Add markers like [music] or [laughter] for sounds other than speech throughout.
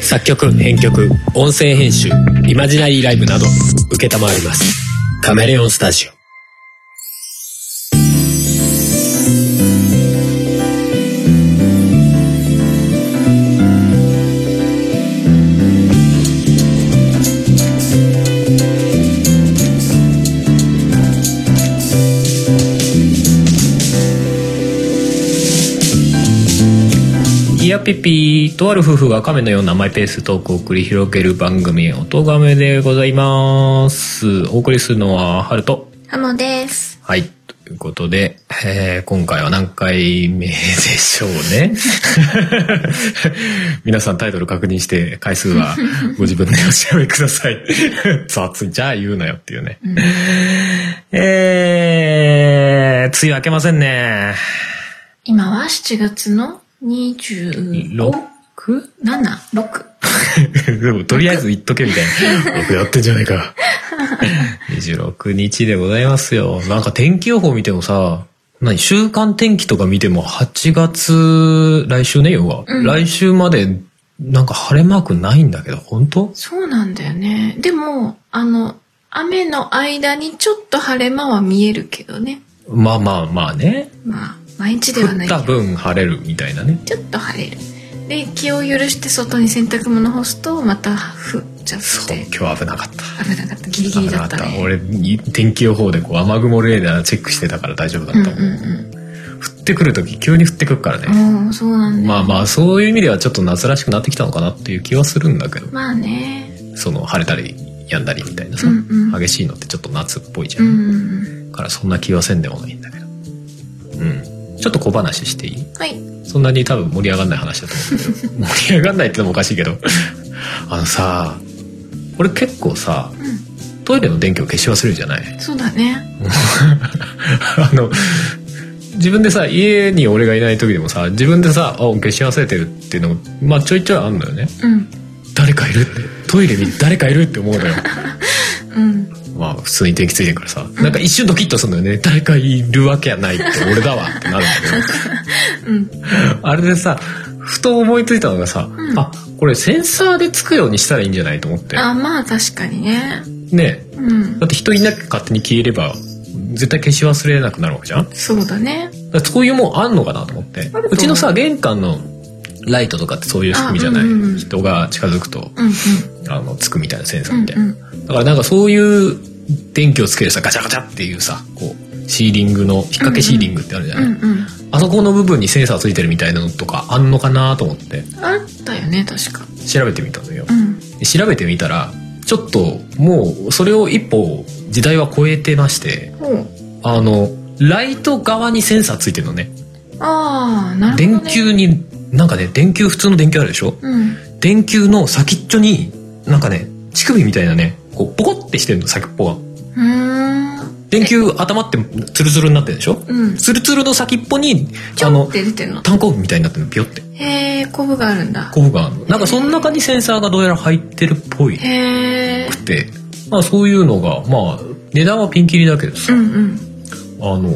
作曲、編曲、音声編集、イマジナリーライブなど、受けたまわります。カメレオンスタジオ。いやピピーとある夫婦が亀のようなマイペーストークを繰り広げる番組「おとがめ」でございますお送りするのはハルトハモです。はいということで、えー今回は何回目でしょうね [laughs] 皆さんタイトル確認して回数はご自分でお調べください雑じゃあ言うなよっていうね、えー、梅雨明けませんね今は7月の26 6? 7、6。 [laughs] でも、とりあえず言っとけみたいな。僕やってんじゃないか。26日でございますよ。なんか天気予報見てもさ、何週間天気とか見ても8月、来週ね、要は。うん来週まで、なんか晴れマークないんだけど、本当そうなんだよね。でも、あの、雨の間にちょっと晴れ間は見えるけどね。まあまあまあね。まあ、毎日で降はなっいけたど、分晴れるみたいなね。ちょっと晴れる。で、気を許して外に洗濯物干すと、また降っちゃっそう、て。今日危なかった。危なかった。ギリギリだったね。俺、天気予報でこう雨雲レーダーチェックしてたから大丈夫だうっんた。う降ってくるとき急に降ってくるからね。んうん。もう、そうなんだよ。まあまあそういう意味ではちょっと夏らしくなってきたのかなっていう気はするんだけどまあね。その晴れたりやんだりみたいなさ、うんうん激しいのってちょっと夏っぽいじゃ、うんんうんからそんな気はせんでもないんだけどうんちょっと小話していいうん。はい。そんなに多分盛り上がんない話だと思うん [laughs] だけど盛り上がんないってのもおかしいけどあのさ俺結構さうトイレの電気を消し忘れるじゃない [laughs] ん。そうだね。あの自分でさ家に俺がいない時でもさ自分でさあ消し忘れてるっていうのもまあちょいちょいあんのよねうん。誰かいるってトイレに誰かいるって思う [laughs] のようん。まあ普通に電気ついてるからさなんか一瞬ドキッとするのよね誰かいるわけやないって俺だわってなるんうん。だけ [laughs] どあれでさふと思いついたのがさ、うんあこれセンサーでつくようにしたらいいんじゃないと思ってあまあ確かにねねえうんだって人いなきゃ勝手に消えれば絶対消し忘れなくなるわけじゃんそうだねだからそういうもんあんのかなと思ってあると思ううちのさ玄関のライトとかってそういう仕組みじゃない、あうんうんうん人が近づくとうんあのつくみたいなセンサうーみんたいな、うんだからなんかそういう電気をつけるさガチャガチャっていうさこうシーリングの引っ掛けシーリングってあるじゃうない、んうんあそこの部分にセンサーついてるみたいなのとかあんのかなと思ってあったよね確か調べてみたのよう、んで調べてみたらちょっともうそれを一歩時代は超えてましてほうあのライト側にセンサーついてるのねああなるほ電ど、ね、球になんかね電球普通の電球あるでしょうん電球の先っちょになんかね乳首みたいなねこうポコってしてるの先っぽがうーん電球頭ってツルツルになってるでしょ、うんツルツルの先っぽにちあょのって出てんの炭鉱部みたいになってるのピョってへえコブがあるんだコブがあるのなんかその中にセンサーがどうやら入ってるっぽいへえくて、まあ、そういうのがまあ値段はピンキリだけどうさ、んうんあの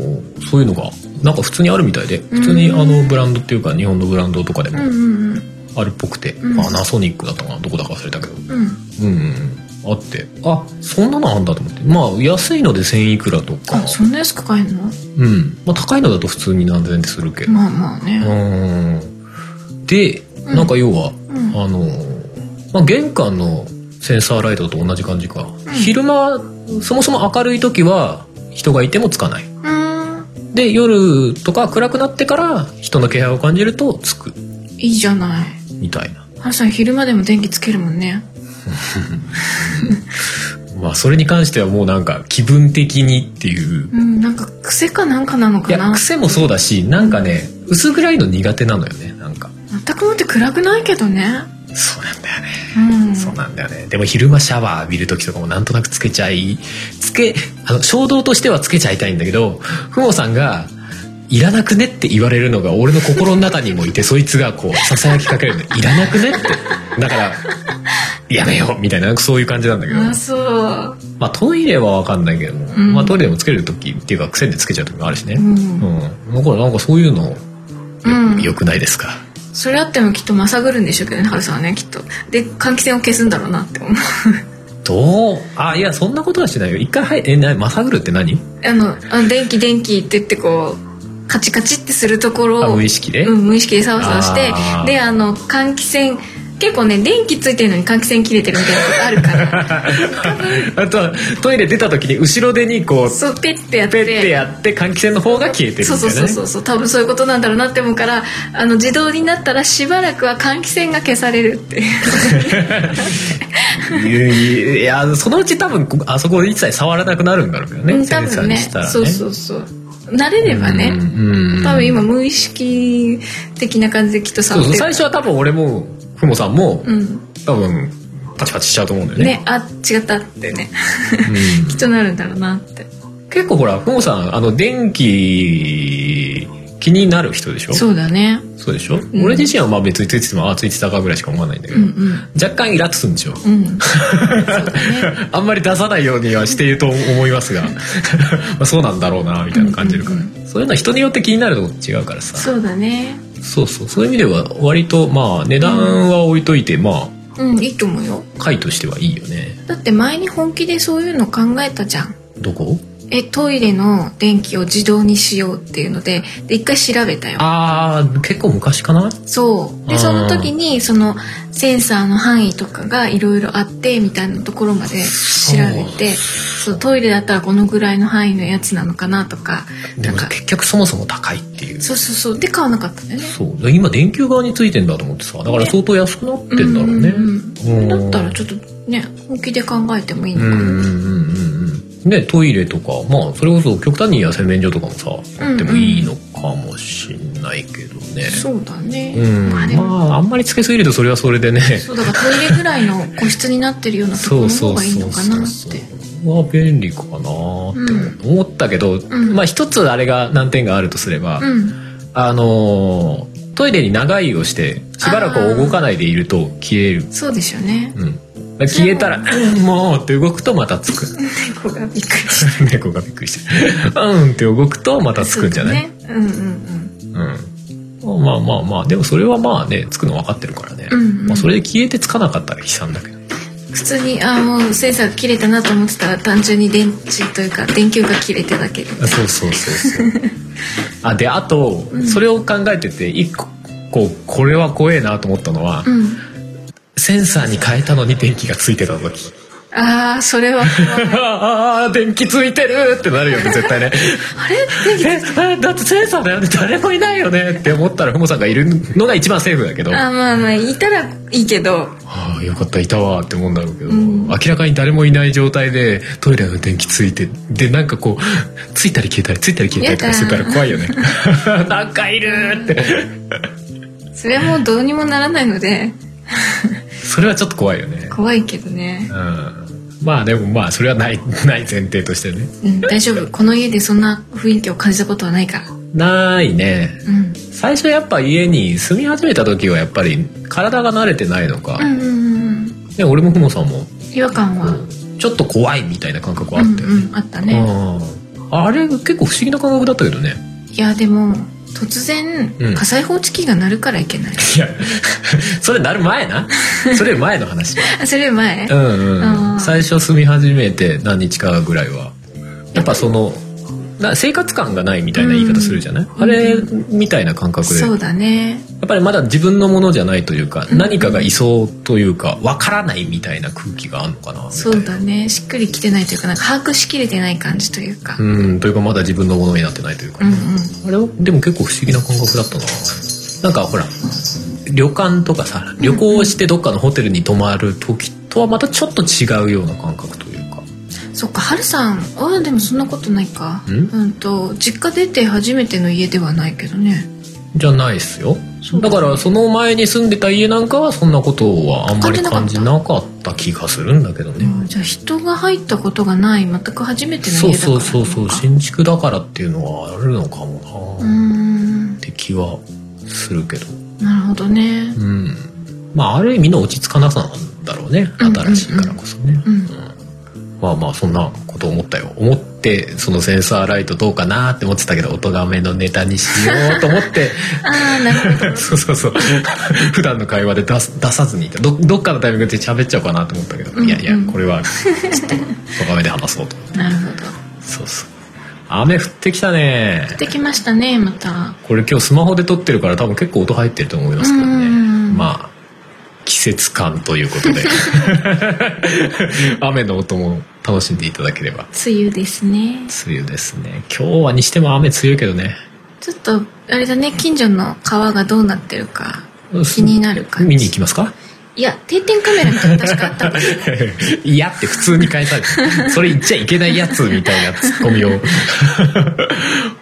そういうのがなんか普通にあるみたいで普通にあのブランドっていうか日本のブランドとかでうもんうんうんあるっぽくて、んまあ、パナソニックだったかなどこだか忘れたけどううんんうんうんあってあそんなのあんだと思ってまあ安いので1000いくらとかあそんな安く買えんのうんまあ、高いのだと普通に何千円ってするけど、まあまあうねーんでなんか要は、うんあのー、まあ、玄関のセンサーライトと同じ感じか、昼間そもそも明るい時は人がいてもつかないうーんで夜とか暗くなってから人の気配を感じるとつくいいじゃないみたいなハルさん昼間でも電気つけるもんねまあそれに関してはもうなんか気分的にっていううんなんか癖かなんかなのいかやな癖もそうだしなんかね薄暗いの苦手なのよねなんか全くもって暗くないけどねそうなんだよねうんそうなんだよね。でも昼間シャワー浴びる時とかもなんとなくつけちゃい、つけ、あの、衝動としてはつけちゃいたいんだけど、ふもさんが、いらなくねって言われるのが俺の心の中にもいて、そいつがこう、囁きかけるの、いらなくねって。だから、やめようみたいな、なんかそういう感じなんだけど。あそうまあトイレはわかんないけども、んまあトイレでもつける時っていうか、癖でつけちゃう時もあるしね。ううんん。だからなんかそういうの、うん良くないですか。それあってもきっとまさぐるんでしょうけどね春さんはねきっとで換気扇を消すんだろうなって思う [laughs] どうあいやそんなことはしないよ一回はいえなまさぐるって何あのあの電気電気って言ってこうカチカチってするところあを無意識で、うん、無意識でサワサワしてあーであの換気扇結構ね電気ついてるのに換気扇切れてるみたいなことあるから [laughs] あとはトイレ出た時に後ろ手にこうそうペッてやってペッてやって換気扇の方が消えてるみたいな、ね、そうそうそうそうそう多分そういうことなんだろうなって思うからあの自動になったらしばらくは換気扇が消されるっていういやそのうち多分あそこ一切触らなくなるんだろうけどね、うん多センサー分にねしたらねそうそうそう慣れればね、うんうん多分今無意識的な感じできっとそ触うっそうてる最初は多分俺もふもさんも、うん多分パチパチしちゃうと思うんだよねねあ違ったってねうんきっとなるんだろうなって結構ほらふもさんあの電気気になる人でしょそうだねそうでしょ、ん俺自身はまあ別についててもあついてたかぐらいしか思わないんだけうど、んうん若干イラッとするんでしょうん [laughs] そうだねあんまり出さないようにはしていると思いますが [laughs] まあそうなんだろうなみたいな感じるから、うんそういうのは人によって気になるとこ違うからさそうだねそうそうそういう意味では割とまあ値段は置いといてまうんいいと思うよあ回としてはいいよねだって前に本気でそういうの考えたじゃんどこえトイレの電気を自動にしようっていうのでで一回調べたよあー結構昔かなそうあーでその時にそのセンサーの範囲とかがいろいろあってみたいなところまで調べてそうトイレだったらこのぐらいの範囲のやつなのかなとかでなんもか結局そもそも高いっていうそうそうそうで買わなかったんだよねそうで今電球側についてんだと思ってさだから相当安くなってんだろうねうんうんうんうだんったらちょっとね本気で考えてもいいのうかんうんな、うんうんうんねトイレとかまあそれこそ極端に言えば洗面所とかもさあってもいいのかもしんないけどねそうだね、うんまあでも、まああんまりつけすぎるとそれはそれで [laughs] ねそうだからトイレぐらいの個室になってるようなところの方がいいのかなっては便利かなって思思ったけど、んまあ一つあれが難点があるとすれば、うんあのートイレに長居をしてしばらく動かないでいると消える、そうでしょうねうん、だから消えたら「うん [laughs] もう」って動くとまたつく [laughs] 猫がびっくりし猫がびっくりして「うん」って動くとまたたつくんじゃない、そうだねうんうんうん、まあまあまあでもそれはまあねつくの分かってるからね、うんうんまあ、それで消えてつかなかったら悲惨だけどうん普通にあーもうセンサーが切れたなと思ってたら単純に電池というか電球が切れただけであそうそうそうそう [laughs] あであと、それを考えてて一個こうこれは怖えなと思ったのは、うんセンサーに変えたのに電気がついてた時ああそれ [laughs] はああ電気ついてるってなるよね絶対ねあれ電気えあだってセンサーだよね誰もいないよねって思ったらふもさんがいるのが一番セーフだけどあーまあまあいたらいいけどああよかったいたわって思うんだろうけど、ん明らかに誰もいない状態でトイレの電気ついてでなんかこうついたり消えたりついたり消えたりとかするから怖いよね [laughs] なんかいるーってそれはもうどうにもならないのでそれはちょっと怖いよね怖いけどねう、んまあでもまあそれはないない前提としてねうん、大丈夫この家でそんな雰囲気を感じたことはないからないねうん最初やっぱ家に住み始めた時はやっぱり体が慣れてないのかう、んうんうんね、俺もふもさんも違和感はちょっと怖いみたいな感覚はあうっんたよね、うんあったねうんあれ結構不思議な感覚だったけどねいやでも突然うん火災報知器が鳴るからいけな [laughs] い、いやそれなる前 [laughs] なそれ前の話あそれより前、うあんうあんー最初住み始めて何日かぐらいはやっぱそのな生活感がないみたいな言い方するじゃない、んあれみたいな感覚でそやうだねっぱりまだ自分のものじゃないというか、ん何かがいそうというかわからないみたいな空気があるのかなみたいなそうだねしっくりきてないというかなんか把握しきれてない感じというか、うんというかまだ自分のものになってないというか、うん、うんあれはでも結構不思議な感覚だったななんかほら旅館とかさ旅行してどっかのホテルに泊まる時とはまたちょっと違うような感覚というかそっかはるさんあでもそんなことないかんうんと実家出て初めての家ではないけどねじゃないっすよそうだからその前に住んでた家なんかはそんなことはあんまり感感じじなかった気がするんだけどね、うんじゃあ人が入ったことがない全く初めてのそう家だかそうらなのかそうそう新築だからっていうのはあるのかもうーな、っんて気はするけどなるほどねうんまあある意味の落ち着かなさなんだろうねうんうんうん新しいからこそね、うんまあまあそんなこことを思ったよ思ってそのセンサーライトどうかなって思ってたけど音がめのネタにしようと思って [laughs] ああなるほどそうそうそう普段の会話で出す出さずにいたどどっかのタイミングで喋っちゃおうかなと思ったけど、いやいやうんうんこれはちょっと音がめで話そうとなるほどそうそう雨降ってきたねできましたねまたこれ今日スマホで撮ってるから多分結構音入ってると思いますけどねうんまあ季節感という [laughs] ことで雨の音も楽しんでいただければ梅雨ですね梅雨ですね今日はにしても雨強いけどねちょっとあれだね近所の川がどうなってるか気になる感じ見に行きますか [laughs] いや定点カメラみたいなの確かあったんですよいやって普通に返され [laughs] てそれ言っちゃいけないやつみたいなツッコミを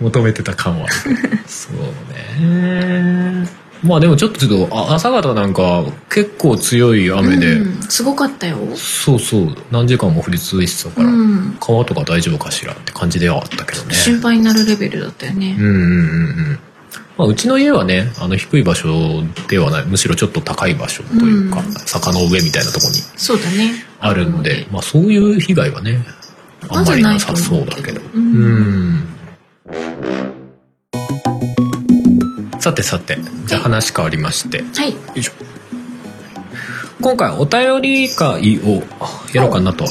求めてた感はあるけどそうねまあでもちょっとちょっとあ朝方なんか結構強い雨で、うん、すごかったよそうそう何時間も降り続いてたから、うん川とか大丈夫かしらって感じではあったけどね心配になるレベルだったよね、うんうんうんうんまあ、うちの家はねあの低い場所ではないむしろちょっと高い場所というか、うん坂の上みたいなところにそうだねあるんで、まあ、そういう被害はねあんまりなさそうだけどううんんさてさてじゃあ話変わりまして、はいよいしょ今回お便り会をやろうかなと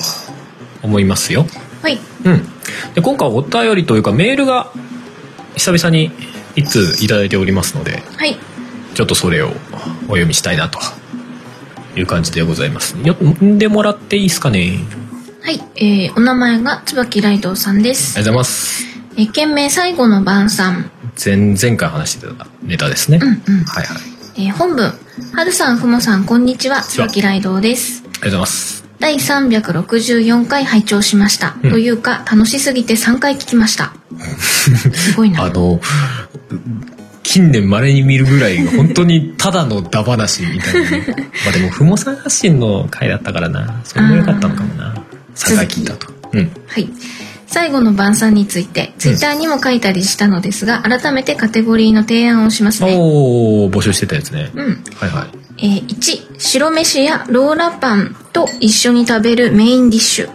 思いますよ、はいうん、で今回お便りというかメールが久々に一通いただいておりますのではいちょっとそれをお読みしたいなという感じでございますよ読んでもらっていいですかねはい、えー、お名前が椿ライドウさんですありがとうございますえー、件名最後の晩さん前前回話してたネタですね、うんうんはいはいありえー、本文はるさんふもさんこんにちは椿ライドウですがとうございます第364回拝聴しました、うんというか楽しすぎて3回聞きました [laughs] すごいあなの近年まれに見るぐらい本当にただのダ話みたいなまあでもふもさん発信の回だったからなそれも良かったのかもな差が聞いたとうんはい最後の晩餐についてツイッターにも書いたりしたのですが、改めてカテゴリーの提案をしますねおお募集してたやつね、うんはいはいえー1白飯やローラパンと一緒に食べるメインディッシュ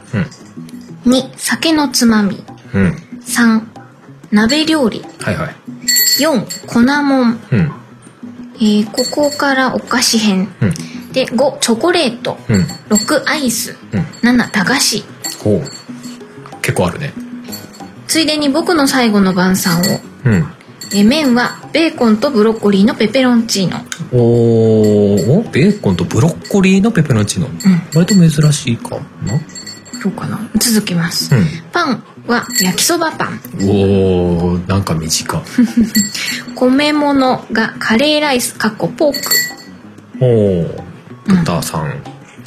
2酒のつまみうんうん3鍋料理はいはい4粉もん、うんえーここからお菓子編うんで5チョコレート、うん6アイス、うん7駄菓子ほう結構あるねついでに僕の最後の晩餐をうんえ麺はベーコンとブロッコリーのペペロンチーノおーおベーコンとブロッコリーのペペロンチーノ、割と珍しいかなそうかな続きます、パンは焼きそばパンうんおーなんか短米物がカレーライスかっこポークおー豚さん、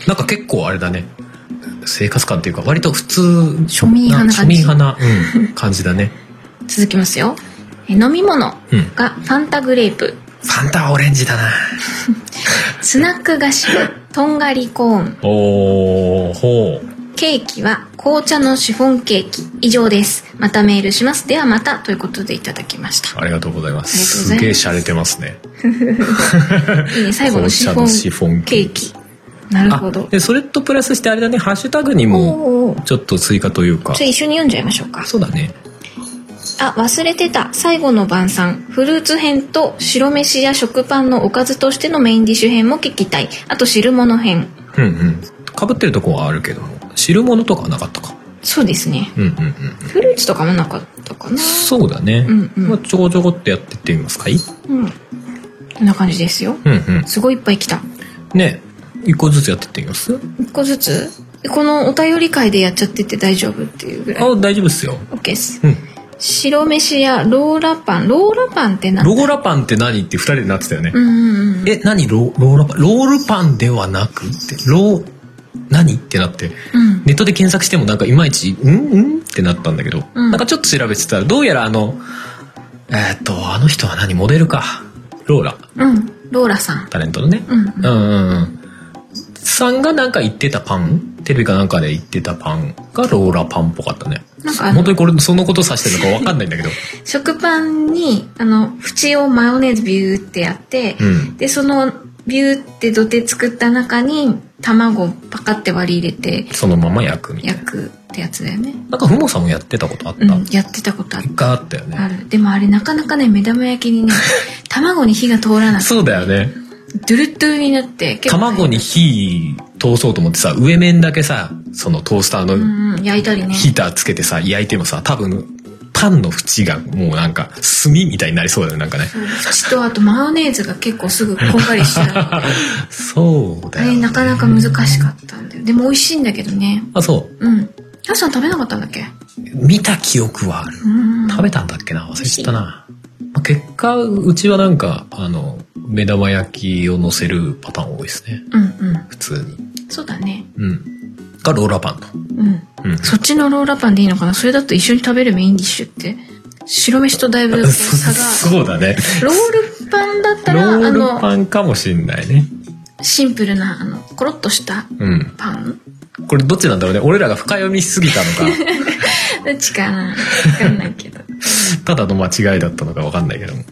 なんか結構あれだね生活感っていうか割と普通庶民派な感じ庶民派な、うん感じだね続きますよえ飲み物がうんファンタグレープ、ファンタはオレンジだなスナック菓子はとんがりコーンおーほうケーキは紅茶のシフォンケーキ以上ですまたメールしますではまたということでいただきましたありがとうございます。すありがとうございげえます洒落てますね。いいね最後のシフォ紅茶ンのシフォンケーケーキキなるあほどで、それとプラスしてあれだね、ハッシュタグにも、おおちょっと追加というかじゃ。あ一緒に読んじゃいましょうかそうだね。あ忘れてた最後の晩餐フルーツ編と白飯や食パンのおかずとしてのメインディッシュ編も聞きたいあと汁物編うんうん。かぶってるとこはあるけども、汁物とかはなかったか。そうですねうんうんうん。フルーツとかもなかったかなそうだね。うんうんまあ、ちょこちょこってやってってみますかいうんこんな感じですようんうん。すごいいっぱい来たね一個ずつやってってみます1個ずつこのお便り会でやっちゃってて大丈夫っていうぐらいあ、大丈夫っすよ。 OK ですうん。白飯やローラパンローラパンって何ローラパンって何って二人でなってたよね。うんうんうんえ、何ロローラパンロールパンではなくって、ロー、何ってなって。うんネットで検索してもなんかいまいち、んんってなったんだけど、うんなんかちょっと調べてたら、どうやらあの、えーっと、あの人は何モデルか。ローラ、うんローラさんタレントのね。うんうんうんうんうん。さんがなんか言ってたパンテレビかなんかで言ってたパンがローラパンっぽかったね。なんかあの本当にこれ、そのこと指してるのかわかんないんだけど。食パンにあの縁をマヨネーズビューってやって、うんでそのビューって土手作った中に卵をパカって割り入れてそのまま焼くみたいな。焼くってやつだよね。なんかふもさんもやってたことあった、うん、やってたことあっ一回あったよた。あねる。でもあれなかなかね、目玉焼きに [laughs] ね、卵に火が通らなくて、そうだよねドゥルッドゥルになって、結構卵に火通そうと思ってさ上面だけさそのトースターうのんうん、焼いたりね。ヒーターつけてさ焼いてもさ多分パンの縁がもうなんか炭みたいになりそうだよねなんかねそう縁とあとマヨネーズが結構すぐこんがりしち [laughs] ゃうそうあだよれねなかなか難しかったんだよでも美味しいんだけどねあそううんヤさん食べなかったんだっけ見た記憶はあるうん食べたんだっけな忘れちゃったな、まあ結果うちはなんかあの目玉焼きを乗せるパターン多いですねうんうん普通にそうだねうんがローラーパンとうんうんそっちのローラパンでいいのかなそれだと一緒に食べるメインディッシュって白飯とだいぶこう差が [laughs] そうだねロールパンだったロらあールのパンかもしんないねシンプルなあのコロッとしたうんパンこれどっちなんだろうね俺らが深読みしすぎたのか [laughs] どっちかな分かんないけどただの間違いだったのか分かんないけども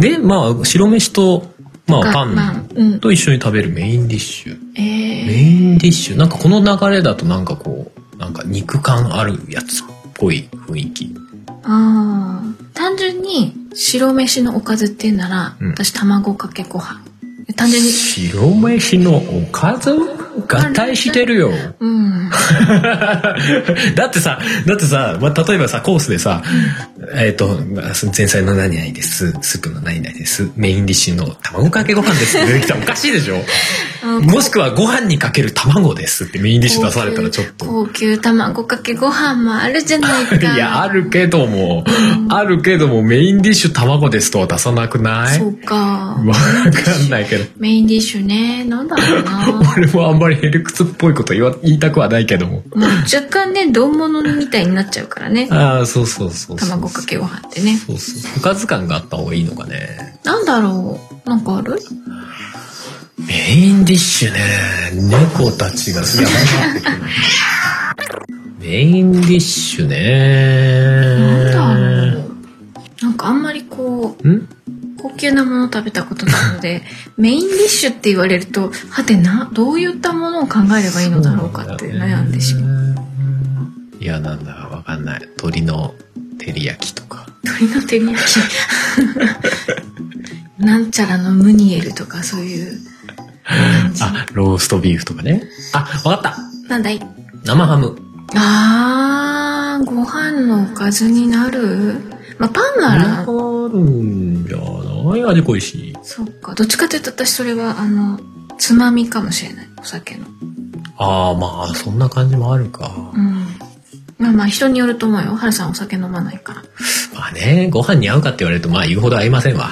でまあ白飯とまあがパまあンうんと一緒に食べるメインディッシュえーメインディッシュなんかこの流れだとなんかこうなんか肉感あるやつっぽい雰囲気ああ。単純に白飯のおかずっていうなら、うん私卵かけご飯。単純に、白飯のおかず合体してるようん。 [laughs] だってさだってさ、まあ、例えばさコースでさ「えっ、と前菜の何々ですスープの何々ですメインディッシュの卵かけご飯です」って出て [laughs] きたらおかしいでしょあのもしくは「ご飯にかける卵です」ってメインディッシュ出されたらちょっと。高級高級卵かけご飯もあるじゃないか。 [laughs] いやあるけども、あるけどもメインディッシュ卵ですとは出さなくないそうか。わかんないけど。メインディッシュね。なんだろう [laughs] な。俺もあんまりヘルクツっぽいこと言わ言いたくはないけども。もう若干ね、丼物みたいになっちゃうからね。ああ、そうそうそうそう。卵かけご飯ってね。そうそう。おかず感があった方がいいのかね。なんだろう。なんかあるメインディッシュね。猫たちがすメインディッシュね。なんだろう。なんかあんまりこう、ん高級なものを食べたことな [laughs] のでメインディッシュって言われるとはてなどういったものを考えればいいのだろうかって悩んでしまうまう。いや、なんだかわかんない。鳥の照り焼きとか。鶏の照り焼き [laughs] なんちゃらのムニエルとかそういう感じあ、ローストビーフとかね。あ、わかったなんだい生ハム。あーご飯のおかずになるまあパンなら、あるんじゃない味濃いし。そうかどっちかというと私それはあのつまみかもしれないお酒のああ、まあ、そんな感じもあるかう。んまあまあ人によると思うよはるさんお酒飲まないからまあね、ご飯に合うかって言われると、まあ言うほど合いませんわ。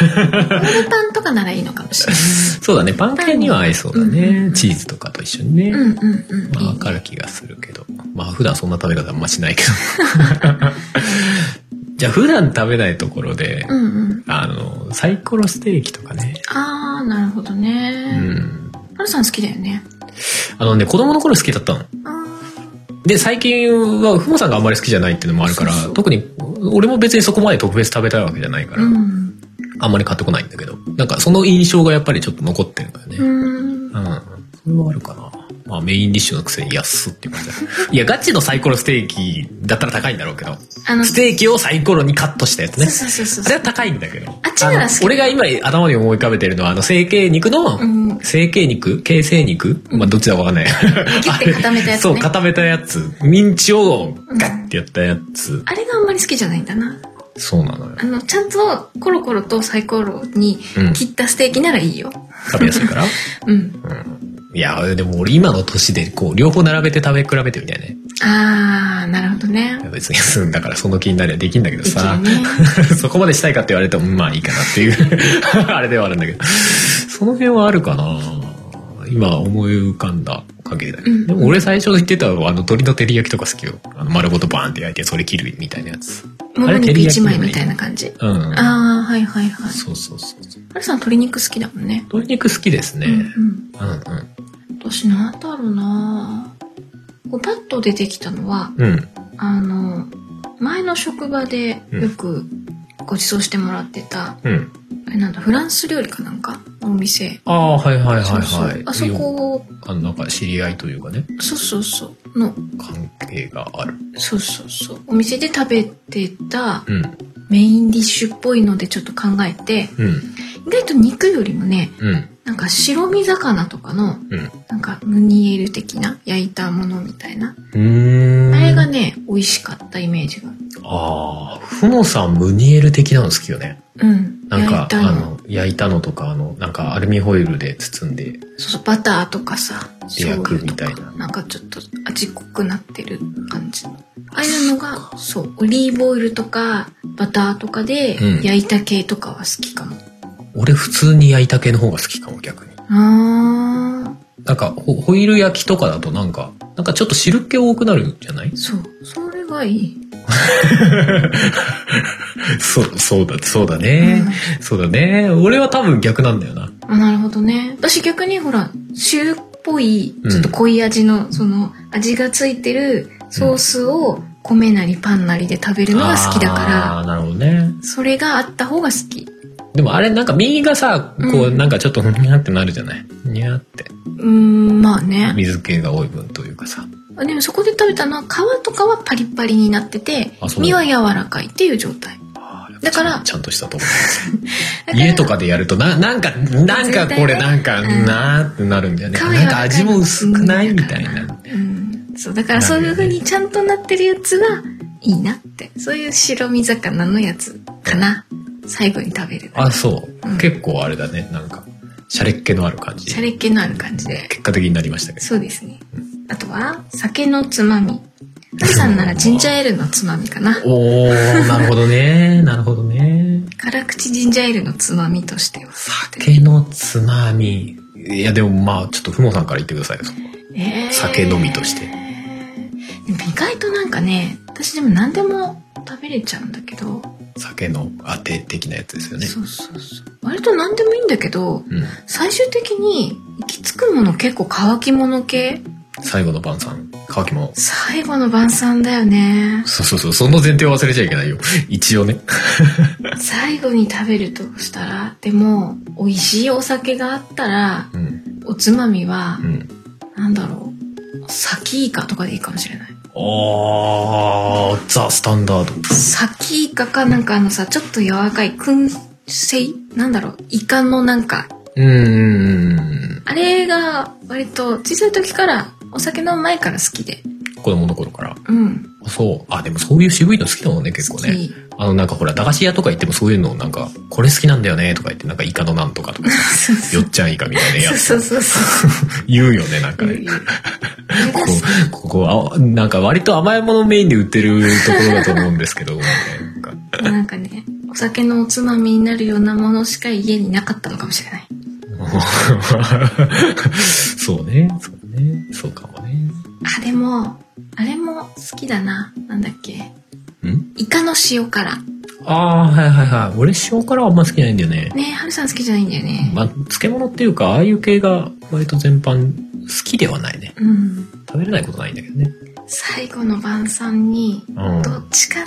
オールパンとかならいいのかもしれない。そうだね、パン系には合いそうだうねん。チーズとかと一緒にね。うんうんうん。まあ、いわいかる気がするけど。まあ、普段そんな食べ方あんましないけど。 [laughs] じゃあ、普段食べないところで、うんうん。あの、サイコロステーキとかね。あー、なるほどうね。ん。ハルさん好きだよね。あのね、子供の頃好きだったの。あで、最近は、ふもさんがあんまり好きじゃないっていうのもあるから、そうそう特に、俺も別にそこまで特別食べたいわけじゃないかー。ら、うん。あんまり買ってこないんだけど、なんかその印象がやっぱりちょっと残ってるんだよね。うん。うん。それはあるかな。まあメインディッシュのくせに安っって感じだ。いや、ガチのサイコロステーキだったら高いんだろうけど、あの、ステーキをサイコロにカットしたやつね。そうそうそあうそれう。は高いんだけど。あっちなら好きの俺が今頭に思い浮かべてるのは、あの、成形肉の、うん成形肉形成肉まあ、どっちだかわかんない。ギュッて固めたやつねそう、固めたやつ。ミンチをガッてやったやつ。あれがあんまり好きじゃないんだな。そうなのよあ。の、ちゃんとコロコロとサイコロにうん切ったステーキならいいよ。食べやすいから。 [laughs] うん。いや、でも俺今の年で、こう、両方並べて食べ比べてみたいね。あー、なるほどねいや。 [laughs] 別にすんだからその気になりゃできんだけどさ、で [laughs] きそこまでしたいかって言われてもまあいいかなっていう [laughs] あれではあるんだけどその辺はあるかな今思い浮かんだ限りだけど、うんでも俺最初言ってたあの鶏の照り焼きとか好きよあの丸ごとバーンって焼いてそれ切るみたいなやつもあもれ照肉り焼き一枚みたいな感じ。うんあー、はいはいはい。そうそうそうそうハルさん鶏肉好きだもんね。鶏肉好きですね、うんううん。ん、うん私なんだろうなこうパッと出てきたのは、うんあの前の職場でよくご馳走してもらってた、うんあれなんだフランス料理かなんかお店ああはいはいはいそうそうはいあそこあのなんか知り合いというかねそうそうそうの関係があるそうそうそうお店で食べてたうんメインディッシュっぽいのでちょっと考えてうん意外と肉よりもねうんなんか白身魚とかうのんなんかムニエル的な焼いたものみたいなうーんあれがね美味しかったイメージがああふもさんムニエル的なの好きよねうんなん焼かいたあのの焼いたのとかあのなんかアルミホイルで包んでそうそうバターとかさで醤焼く油みとたかいななんかちょっと味濃くなってる感じのああいうのがそうオリーブオイルとかバターとかでうん焼いた系とかは好きかも、俺普通に焼いた系の方が好きかも逆にあなんかホホイル焼きとかだとなんかなんかちょっと汁気多くなるんじゃないーそうそれがいい、 [laughs] そうそうだそうだね、そうだね俺は多分逆なんだよなうん、なるほどね私逆にほら汁っぽいうんちょっと濃い味の、その味がついてるソースを米なりパンなりで食べるのが好きだからあーなるほどねそれがあった方が好きでもあれなんか身がさこううんなんかちょっとふにゃってなるじゃないにゃってうーんまあね水気が多い分というかさあでもそこで食べたのは皮とかはパリパリになっててあそう身は柔らかいっていう状態あーやっぱだからちゃんとしたと思うだら家とかでやるとななんかなんかこれなんかうんなーってなるんだよね、皮柔らなんか味も薄くないうんみたいなうんそうだからそういう風にちゃんとなってるやつはいいなってそういう白身魚のやつかな最後に食べるあそう、うん結構あれだねなんかシャレっ気のある感じシャレっ気のある感じで結果的になりましたけどそうですねあとは酒のつまみハルさんならジンジャーエールのつまみかなおーなるほど [laughs] ねなるほどね辛口ジンジャーエールのつまみとしては酒のつまみいやでもまあちょっとふもさんから言ってくださいよそこえー酒飲みとしてでも意外となんかね私でも何でも食べれちゃうんだけど、酒のあて的なやつですよねそうそうそう割と何でもいいんだけどうん最終的に行き着くもの結構乾き物系最後の晩餐乾き物最後の晩餐だよねそうそうそうその前提を忘れちゃいけないよ一応ね最後に食べるとしたらでも美味しいお酒があったらうんおつまみはう、んなんだろうサキイカとかでいいかもしれないあー、ザ・スタンダード。サキイカかなんかあのさちょっと柔らかい燻製なんだろうイカのなんかうーん。あれが割と小さい時からお酒飲む前から好きで。子供の頃から。うん。そう。あ、でもそういう渋いの好きだもんね、結構好ね。きあの、なんかほら、駄菓子屋とか行ってもそういうのをなんか、これ好きなんだよね、とか言って、なんかイカのなんとかとか、そうそようっちゃんイカみたいなや [laughs] つそうそうそう。言うよね、なんか言うね。言うあれこが好きう、ここ、あなんか割と甘いものメインで売ってるところだと思うんですけど、なんか [laughs] なんかね、お酒のおつまみになるようなものしか家になかったのかもしれない。そうね、そうね、そうかもね。あ、でも、あれも好きだな。なんだっけ。んイカの塩辛。あー、はいはいはい。俺塩辛はあんま好きじゃないんだよね。ねえ、はるさん好きじゃないんだよね。まあ、漬物っていうか、ああいう系が割と全般好きではないね。うん。食べれないことないんだけどね。最後の晩餐に、うん。どっちかな。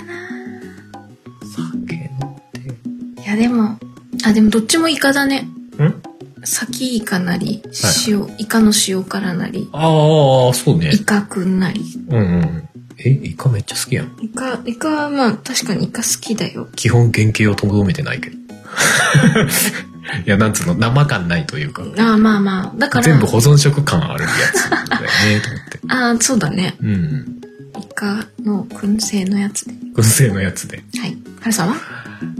酒のって。いや、でも、あ、でもどっちもイカだね。ん先イカなり塩、イカの塩辛なりああ、そうねイ。カくんなりうんうん。え、イカめっちゃ好きやん。イカイカはまあ確かにイカ好きだよ基本原型をとどめてないけど。 [laughs] いや、なんつうの、生感ないというか、ああまあまあだから全部保存食感あるやつだよね、と思 [laughs] って。ああそうだねうん。イカの燻製のやつで燻製のやつで。はいはるさんは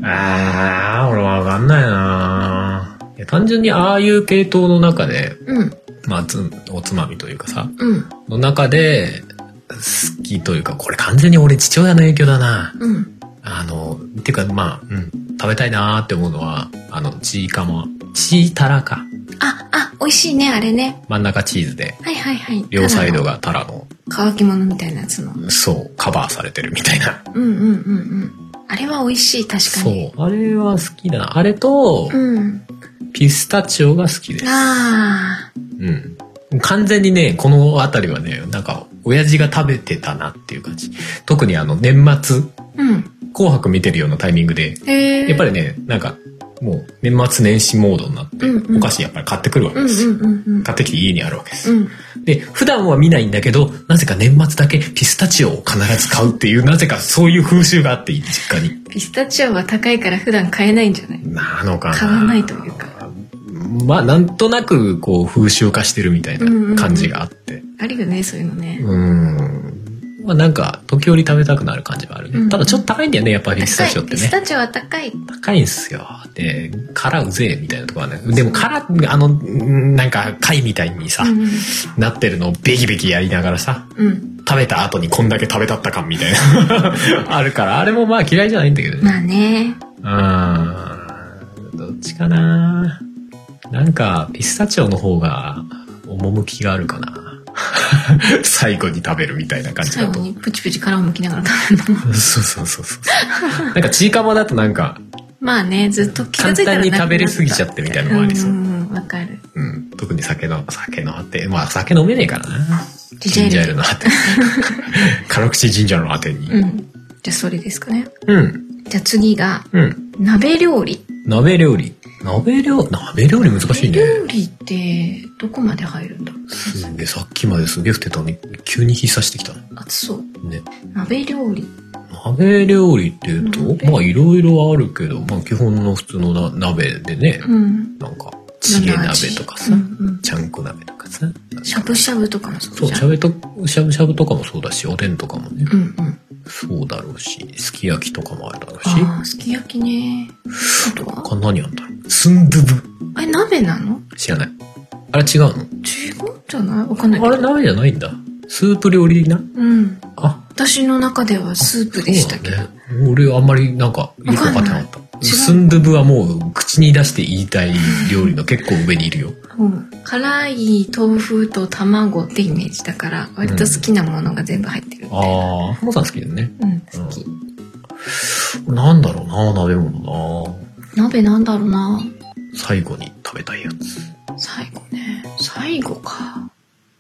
ああ、俺わかんないないや、単純にああいう系統の中で、うんまあ、つおつまみというかさ、うんの中で、好きというか、これ完全に俺父親の影響だな。うんあの、っていうか、まあ、うん、食べたいなーって思うのは、あの、チーカマ、チータラか。ああ美味しいねあれね真ん中チーズで、はいはいはい両サイドががタラの、乾き物みたいなやつのそう、カバーされてるみたいな。うんうんうんうんあれは美味しい確かそにう、あれは好きだな。あれと、うんピスタチオが好きです。ああうん。完全にね、このあたりはね、なんか、親父が食べてたなっていう感じ。特にあの、年末、うん紅白見てるようなタイミングで、へえやっぱりね、なんか、もう年末年始モードになって、うんうんお菓子やっぱり買ってくるわけうんですよ。うんうんうん買ってきて家にあるわけです。うんで、普段は見ないんだけど、なぜか年末だけピスタチオを必ず買うっていう、なぜかそういう風習があって、実家に。ピスタチオは高いから普段買えないんじゃないなのかな。買わないというかまあ、なんとなく、こう、風習化してるみたいな感じがあって。あるよねそういうのね、うん。まあ、なんか、時折食べたくなる感じはあるうんね。ただ、ちょっと高いんだよね、やっぱりピスタチオってピスね。タチオは高い高いんすよ。で、殻うぜえ、みたいなとこはね。でも、殻、あの、うんなんか、貝みたいにさ、うんうんなってるのをベキベキやりながらさ、うん食べた後にこんだけ食べたった感みたいな。 [laughs] あるから、あれもまあ嫌いじゃないんだけどね。まあねうん。どっちかななんか、ピスタチオの方が、趣があるかな。 [laughs] 最後に食べるみたいな感じ最だと。後にプチプチ殻を剥きながら食べるのそうそうそうそう。なんか、ちいかまだとなんか、まあねずっと気が簡付いた単らになくな食っべれすぎちゃってみたいなのもありそうう。んうんわかるうん。特に酒の、酒のあって、まあ酒飲めねえからな。ジンジャーエールのあて。 [laughs] 辛口ジンジャーのあてに。うんじゃあそれですかねうん。じゃあ次がうん。鍋料理鍋料理。鍋料、鍋料理難しいね。料理ってどこまで入るんだろうすげえ、さっきまですげえ降ってたのに、急に日差してきたね。暑そうね。鍋料理鍋料理っていうと、鍋まあいろいろあるけど、まあ基本の普通のな鍋でね、うんなんか、チゲ鍋とかさう、んうんちゃんこ鍋とかさ。しゃぶしゃぶとかもそそうう、じゃんしゃべと、しゃぶしゃぶとかもそうだし、おでんとかもね。うんうんそうだろうし、すき焼きとかもあるだろうし、ああすき焼きねあとは他何あんだろう。スンドゥブ。あれ鍋なの知らない。あれ違うの違うんじゃないわかんないけあどれ鍋じゃないんだ。スープ料理的なうんあ、私の中ではスープでしたけど、そうだね。俺あんまりなんかよくわかってなかっんないた。違うスンドゥブはもう口に出して言いたい料理の [laughs] 結構上にいるよ。うん、辛い豆腐と卵ってイメージだから割と好きなものが全部入ってるみたいなああ、ふもさん好きだよね。うん好き、なんだろうな、鍋物な。鍋なんだろうな最後に食べたいやつ。最後ね最後か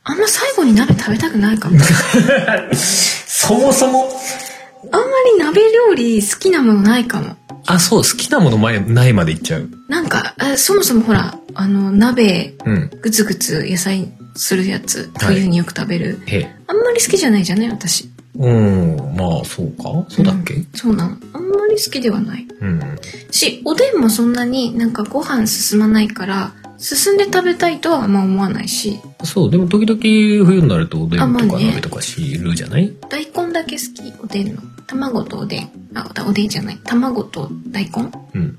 あんま最後に鍋食べたくないかも [laughs] あんそもそもまり鍋料理好きなものないかもあ、そう、好きなもの前、ないまでいっちゃう。なんかあそもそもほらあの鍋うん。グツグツ野菜するやつはい冬によく食べる、へえ。あんまり好きじゃないじゃない私うん、まあ、そうか。そうだっけ、んそうなのあんまり好きではないうん、しおでんもそんなになんかご飯進まないから進んで食べたいとはあんま思わないしそう、でも時々冬になるとおでんあまあとかね鍋とか汁じゃない、大根だけ好きおでんの卵とおでんあおでんじゃない卵と大根うん。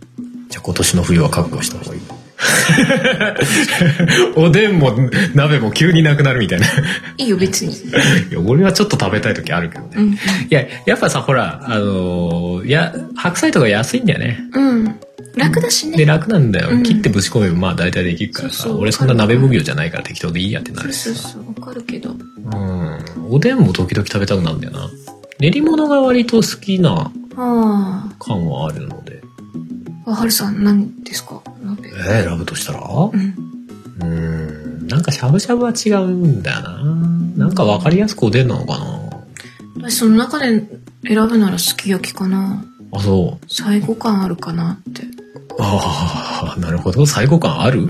じゃあ今年の冬は覚悟した方がいい。 [laughs] おでんも鍋も急になくなるみたいな。いいいよ別にや、俺はちょっと食べたい時あるけどね。うんいや、やっぱさ、ほら、あのーいや、白菜とか安いんだよね。うん楽だしで、ね楽なんだよ。うん切ってぶち込めば、まあ大体できるからさ。そうそう俺そんな鍋奉行じゃないから適当でいいやってなそるうしさそうそうわかるけどうん。おでんも時々食べたくなるんだよな。練り物が割と好きなあ感はあるので。あはるさん何ですか鍋えー、選ぶとしたらううんーん。なんかしゃぶしゃぶは違うんだよな。なんかわかりやすくおでんなのかな。私その中で選ぶならすき焼きかなあ、そう。最後感あるかなってああ、なるほど。最後感 [laughs] ある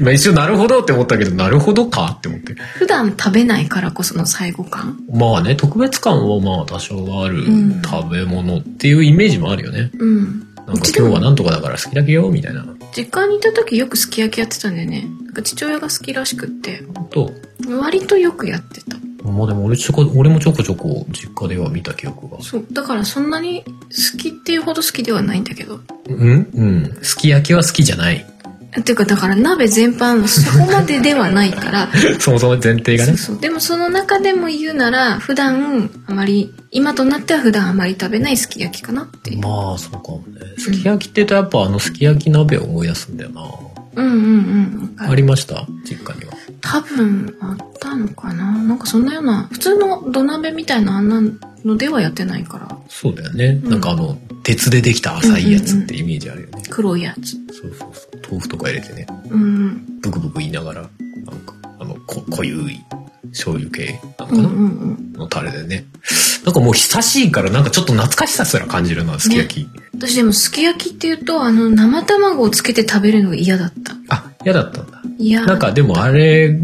今一応なるほどって思ったけど、なるほどかって思って。普段食べないからこその最後感まあね、特別感はまあ多少あるうん食べ物っていうイメージもあるよね。うんなんか今日はなんとかだから好きだけよ、みたいな。実家にいた時よくすき焼きやってたんだよねなんか父親が好きらしくってと、割とよくやってたまあでも俺ちょこ、俺もちょこちょこ実家では見た記憶が。そうだからそんなに好きっていうほど好きではないんだけどうんうん。すき焼きは好きじゃない。 [laughs] っていうかだから鍋全般そこまでではないからそもそも前提がそねう。そうでもその中でも言うなら普段あまり今となっては普段あまり食べないすき焼きかなっていう、まあそうかもね。すき焼きって言うとやっぱあのすき焼き鍋を思い出すんだよな。うんうんうんわかあるりました実家には。多分あったのかななんかそんなような普通の土鍋みたいなあんなのではやってないからそうだよね。うんなんかあの、鉄でできた浅いやつってイメージあるよね。黒いやつそうそうそう。豆腐とか入れてね、うんブクブク言いながら、なんか、あの、こ濃ゆい醤油系なのうかんうな、んうんのタレでね。なんかもう久しいからなんかちょっと懐かしさすら感じるな、すき焼き。私でもすき焼きっていうとあの生卵をつけて食べるのが嫌だったあ嫌だったんだいやなんかでもあれ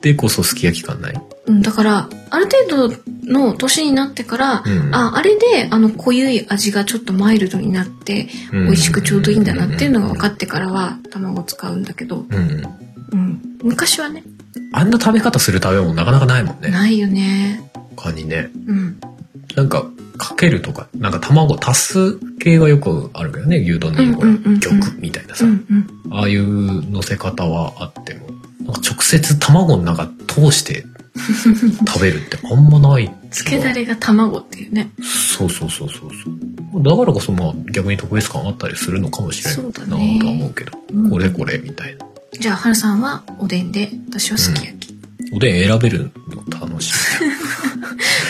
でこそすき焼き感ないうん、だからある程度の年になってから、うんああれであの濃ゆい味がちょっとマイルドになって美美味しくちょうどいいんだなっていうのが分かってからは卵を使うんだけど、うんうんうん、昔はねあんな食べ方する食べ物なかなかないもんねないよね他にねうんなんかかけるとかなんか卵足す系がよくあるけどね牛丼にほらうんうんうんうん玉みたいなうさ、んうんああいう乗せ方はあってもなんか直接卵の中通 [laughs] して食べるってあんまないつけだれが卵っていうねそうそうそうそうそうだからこそまあ逆に特別感あったりするのかもしれないそうだなねとは思うけどうんこれこれみたいなじゃあはるさんはおでんで私はすき焼き、おでん選べるの楽し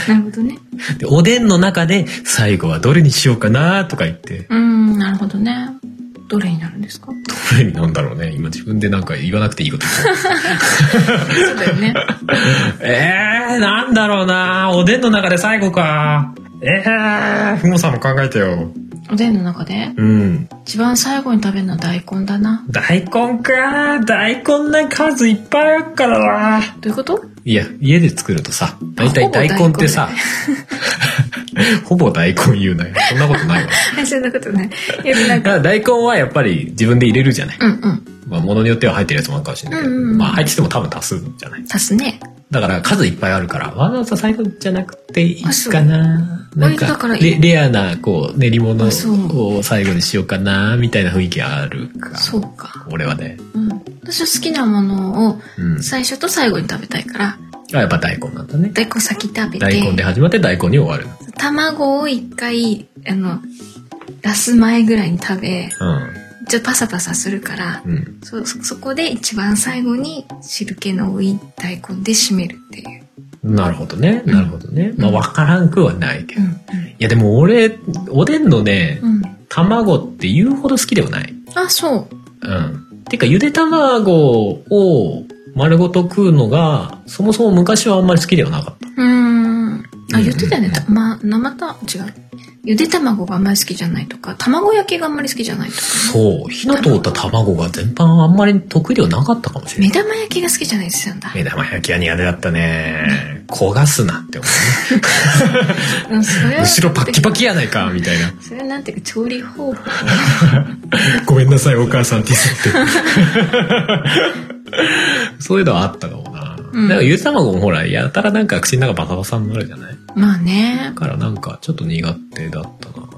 なるほどねいでおでんの中で最後はどれにしようかなとか言ってうんなるほどねどれになるんですかどれになんだろうね今自分でなんか言わなくていいこと言っそうだよね [laughs] たえー、なんだろうなおでんの中で最後かえー、ふもさんも考えてよおでんの中でうん一番最後に食べるのは大根だな大根か大根な数いっぱいあるからなどういうこといや家で作るとさ大体ほぼ大大根根って [laughs] さほぼ大根言うなよそんなことないわえそんなことない。よくなんだかか、ら [laughs] 大根はやっぱり自分で入れるじゃない、うんうん。まあ、物によっては入ってるやつもあるかもしれないけど、うんうんうんまあ入ってても多分足すんじゃない足すね。だから数いっぱいあるから、わざわざ最後じゃなくていいかな。うなんあだかか、らレレアな、こう、練り物あそうを最後にしようかな、みたいな雰囲気あるか。そうか。俺はね。うん。私は好きなものをうん。最初と最後に食べたいから、あ、やっぱ大根なんだね。大根先食べ大根でて、始まって大根に終わる。卵を一回、あの、出す前ぐらいに食べ、ちょっとパサパサするから、うん。うん。そ、そそこで一番最後に汁気の多い大根で締めるっていう。なるほどね。なるほどね。まあ、わからんくはないけど。いん。や、でも俺、おでんのね、うん。卵って言うほど好きではない。あ、そう。うん。てか、ゆで卵を丸ごと食うのが、そもそも昔はあんまり好きではなかった。うーん。あ、言ってたよね。うんうんたま、生た、違う。ゆで卵があんまり好きじゃないとか、卵焼きがあんまり好きじゃないとか、そう。火の通った卵が全般あんまり得意ではなかったかもしれ目ない。玉焼きが好きじゃないですよ、だ。目玉焼きは苦手だったね。焦がすなって思ううん、それね。は。後ろパッキパキやないか、みたいな。それはなんていうか、調理方法。ごめんなさい、お母さんって言って。そういうのはあったかもな。うんなんかゆで卵もほら、やたらなんか口の中バサバサになるじゃないまあねだ。からなんかちょっと苦手だったな。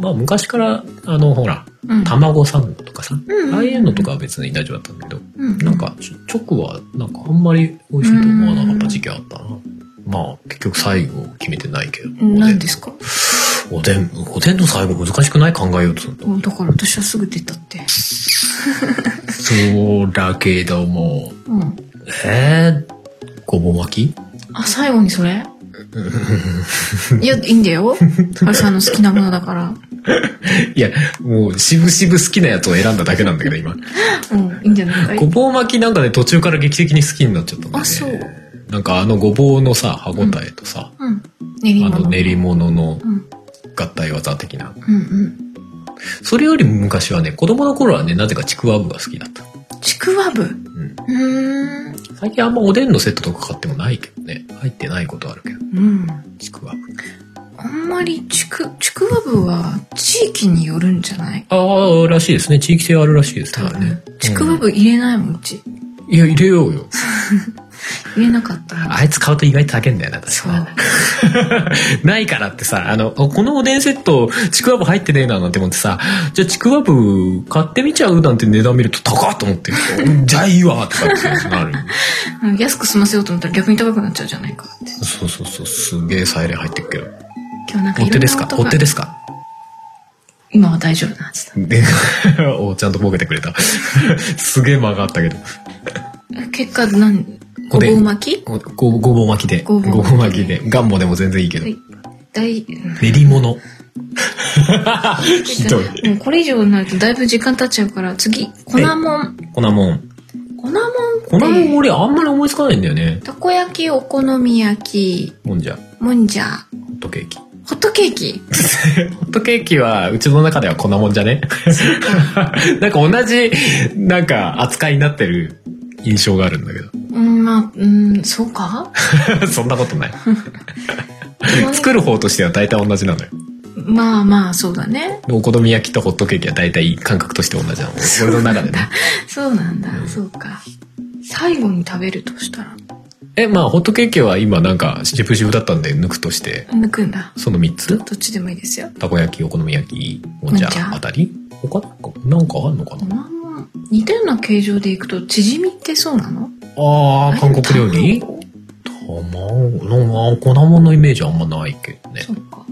まあ昔から、あのほら、うん。卵サンドとかさ、うんうんああいうのとかは別に大丈夫だったんだけど、うんなん。か、ちょ直は、なんかあんまり美味しいと思わなかった時期あったな。まあ、結局最後決めてないけど。何ですかおでん、おでんの最後難しくない考えようとすると。うんだから私はすぐ出たって。そうだけども、うん。えー、ごぼう巻き [laughs] あ、最後にそれいや、いいんだよ。ハルさんの好きなものだから。いや、もう、しぶしぶ好きなやつを選んだだけなんだけど、今。うん、いいんじゃないごぼう巻きなんかね、途中から劇的に好きになっちゃったんだよね。あそうなんかあのごぼうのさ、歯応えとさ、うん。練りあ物。の練り物のうん。合体技的な。うんうん。それよりも昔はね、子供の頃はね、なぜかちくわぶが好きだった。ちくわぶ。ううん。ーん。最近あんまおでんのセットとか買ってもないけどね。入ってないことあるけど、うん。ちくわぶ。あんまりちく、ちくわぶは地域によるんじゃないああ、らしいですね。地域性あるらしいです多ね。あれね分。ちくわぶ入れないもん、うち。うんいや、入れようよ。入れなかったも [laughs] ん。あいつ買うと意外と高いんだよな、確そうか。ないからってさ、あの、あこのおでんセット、ちくわぶ入ってねえななんて思ってさ、じゃあちくわぶ買ってみちゃうなんて値段見ると高っと思って、 [laughs] うんじゃあいいわとかって [laughs] なる。うん安く済ませようと思ったら逆に高くなっちゃうじゃないかって。そうそうそう、すげえサイレン入ってるけど。今日なんか追っいろ手んですなか音追っが手。ですか今は大丈夫なはずだ。で、 [laughs] おちゃんとボケてくれた。すげえ間があったけど。え結果何おごでんぼう巻きごごごぼう巻きで。ごごぼぼうう巻きで。ガンボでも全然いいけど。はい大、うん練り物。ひどい。もうこれ以上になるとだいぶ時間経っちゃうから、次、粉もん。粉もん。粉もんって、粉もん俺あんまり思いつかないんだよね。たこ焼き、お好み焼き、もんじゃ、ホもんじゃ、ットケーキ。ホットケ [laughs] ーキホットケーキはうちの中ではこんなもんじゃ [laughs] ねなんか同じなんか扱いになってる印象があるんだけうんまあうんそうかど [laughs] そんなことない作る方としては大体同じなのよまあまあそうだねお好み焼きとホットケーキは大体感覚として同じなの俺の中でねそうなんだ、そうか最後に食べるとしたらえまあホットケーキは今なんかシェプシブだったんで抜くとして抜くんだその3つどっちでもいいですよたこ焼きお好み焼きお茶お茶あたり他なんかなんかあんのかなまあ似たような形状でいくとチヂミってそうなのあー韓国料理卵卵の粉もんのイメージはあんまないけどねそうか、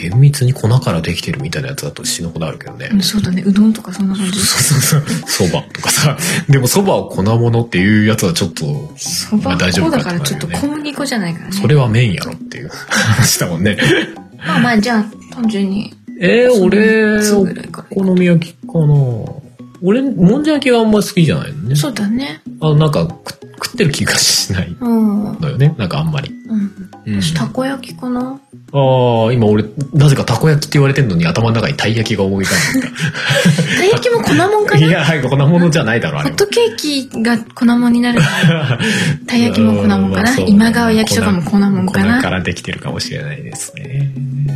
厳密に粉からできてるみたいなやつだと死ぬほどあるけどね、うん、そうだねうどんとかそんな感じそうそうそうそばとかさでもそばを粉物っていうやつはちょっとそばまあ大粉丈夫かだからちょっとってな小るよね麦粉じゃないからねそれは麺やろっていう話だもんねまあまあじゃあ単純にえー、俺そうおぐらいからいい好み焼きかな俺もんじゃ焼きはあんま好きじゃないのねそうだねあなんかく食ってる気がしないうん、うん、のよねなんかあんまり、うん、私たこ焼きかなああ今俺なぜかたこ焼きって言われてんのに頭の中にたい焼きが思い浮かんでたい焼きも粉もんたかいなやはい粉物じゃないだろあホれッはトケーキが粉もんに [laughs] なるからたい焼きも粉もんかうんまあなそう今川焼きそばも粉もんか粉かならできてるかもしれないですね。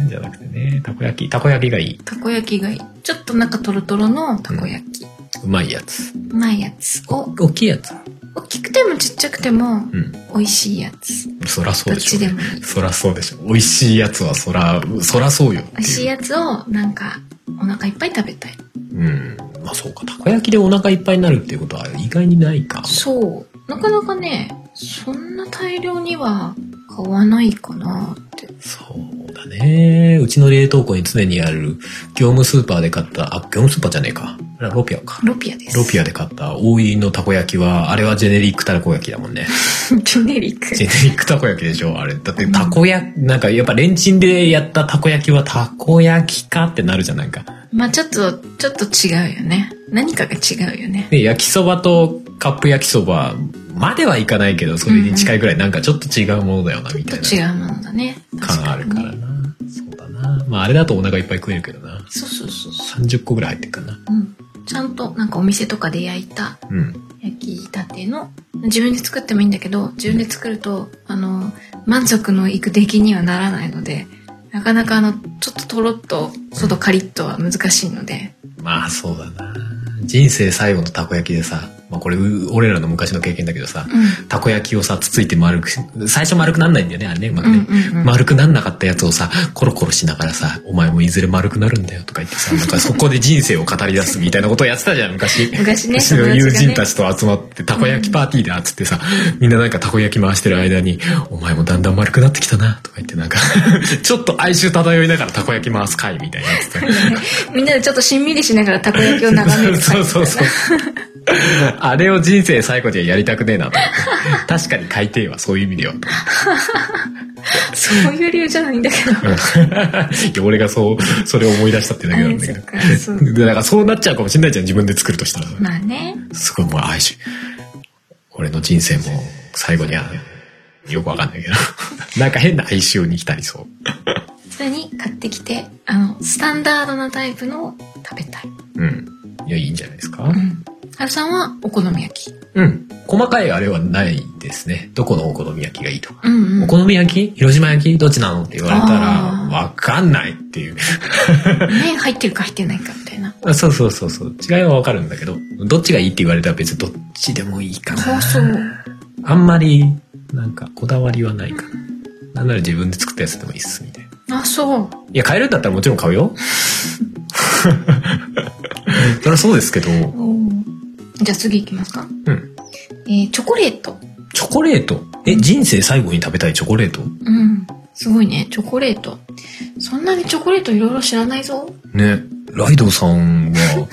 じゃなくてね、たこ焼き。たこ焼きがいい。たこ焼きがいいちょっとなんかトロトロのたこ焼き、うまいやつ。うまいやつを大きいやつ。大きくてもちっちゃくてもうん。美味しいやつそらそうどっでしちょ、でもいいそらそうでしょ。美味しいやつはそら、そらそうよっていう。美味しいやつをなんかお腹いっぱい食べたいうん。まあそうか。たこ焼きでお腹いっぱいになるっていうことは意外にないか。そうなかなかねそんな大量には買わないかなってそうだね。うちの冷凍庫に常にある、業務スーパーで買った、あ、業務スーパーじゃねえか。あれはロピアか。ロピアですロピアアで買った大井のたこ焼きは、あれはジェネリックたこ焼きだもんね。 [laughs] [laughs] ジェネリックジェネリックたこ焼きでしょあれ。だって、たこ焼き、なんかやっぱレンチンでやったたこ焼きはたこ焼きかってなるじゃん、なんか。まあちょっとちょっと違うよね何かが違うよねで、焼きそばとカップ焼きそばまではいかないけど、それに近いくらいなんかちょっと違うものだよな、みちたょいっと違なうものだね確感あにるからな。そうだな。まああれだとお腹いっぱい食えるけどな。そうそうそうそ30個ぐらい入ってるかな。う、うん、ちゃんとなんかお店とかで焼いたうん。焼きたての自分で作ってもいいんだけど自分で作るとあの満足のいく出来にはならないのでなかなかあのちょっととろっと外カリッとは難しいのでまあそうだな。人生最後のたこ焼きでさ、まあこれ、う俺らの昔の経験だけどさ、うたこ焼きをさ、つついて丸くし、最初丸くなんないんだよね、あれね、うまくんうね。んうんうん丸くなんなかったやつをさ、コロコロしながらさ、お前もいずれ丸くなるんだよとか言ってさ、なんかそこで人生を語り出すみたいなことをやってたじゃん、昔。昔ね私の友達が友ね人たちと集まって、たこ焼きパーティーだっつってさ、みんななんかたこ焼き回してる間に、お前もだんだん丸くなってきたな、とか言ってなんか、 [laughs] ちょっと哀愁漂いながらたこ焼き回す会みたいなやつで。 [laughs] みんなでちょっとしんみりしながらたこ焼きを眺めるそうそうそう。あれを人生最後にはやりたくねえなと思って。確かに海底はそういう意味では。 [laughs] そういう理由じゃないんだけどいや俺がそう、それを思い出したってだけなんだけあそどっ。かそ [laughs] うで、だからそうなっちゃうかもしれないじゃん、自分で作るとしたら。まあねすごいもう愛し、俺の人生も最後には、よくわかんないけど、 [laughs] なんか変な哀愁に浸りそう。それに買ってきてあのスタンダードなタイプのを食べたいうん。いや、いいんじゃないですか。うんはるさんはお好み焼きうん。細かいあれはないですね。どこのお好み焼きがいいとか。うんうおん好み焼き広島焼きどっちなのって言われたあーら、わかんないっていう。 [laughs] 麺入ってるか入ってないかみたいなあそうそうそうそう。違いはわかるんだけど、どっちがいいって言われたら別にどっちでもいいかな。そうそうあんまり、なんか、こだわりはないかな。なんなら自分で作ったやつでもいいっす、みたいな。あそういや、買えるんだったらもちろん買うよ。 [laughs] そりゃそうですけど、うじゃあ次行きますか、ん。えーチョコレートチョコレート。え、人生最後に食べたいチョコレートうんすごいねチョコレートそんなにチョコレートいろいろ知らないぞね。ライドさんは、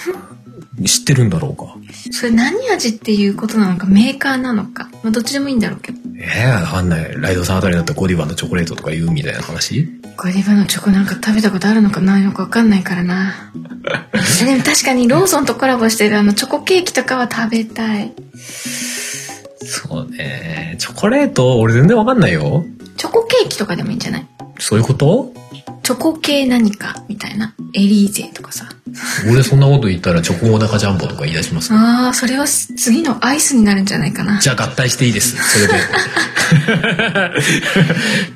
知ってるんだろうか。それ何味っていうことなのかメーカーなのか、まあ、どっちでもいいんだろうけどえー、わかんない。ライドさんあたりだったらゴディバのチョコレートとか言うみたいな話ゴディバのチョコなんか食べたことあるのかないのかわかんないからな [laughs] えでも確かにローソンとコラボしてるあのチョコケーキとかは食べたいそうね。チョコレート、俺全然わかんないよ。チョコケーキとかでもいいんじゃないそういうことチョコ系何かみたいな。エリーゼとかさ。俺そんなこと言ったらチョコモナカジャンボとか言い出しますけどああ、それはす次のアイスになるんじゃないかな。じゃあ合体していいです。それで。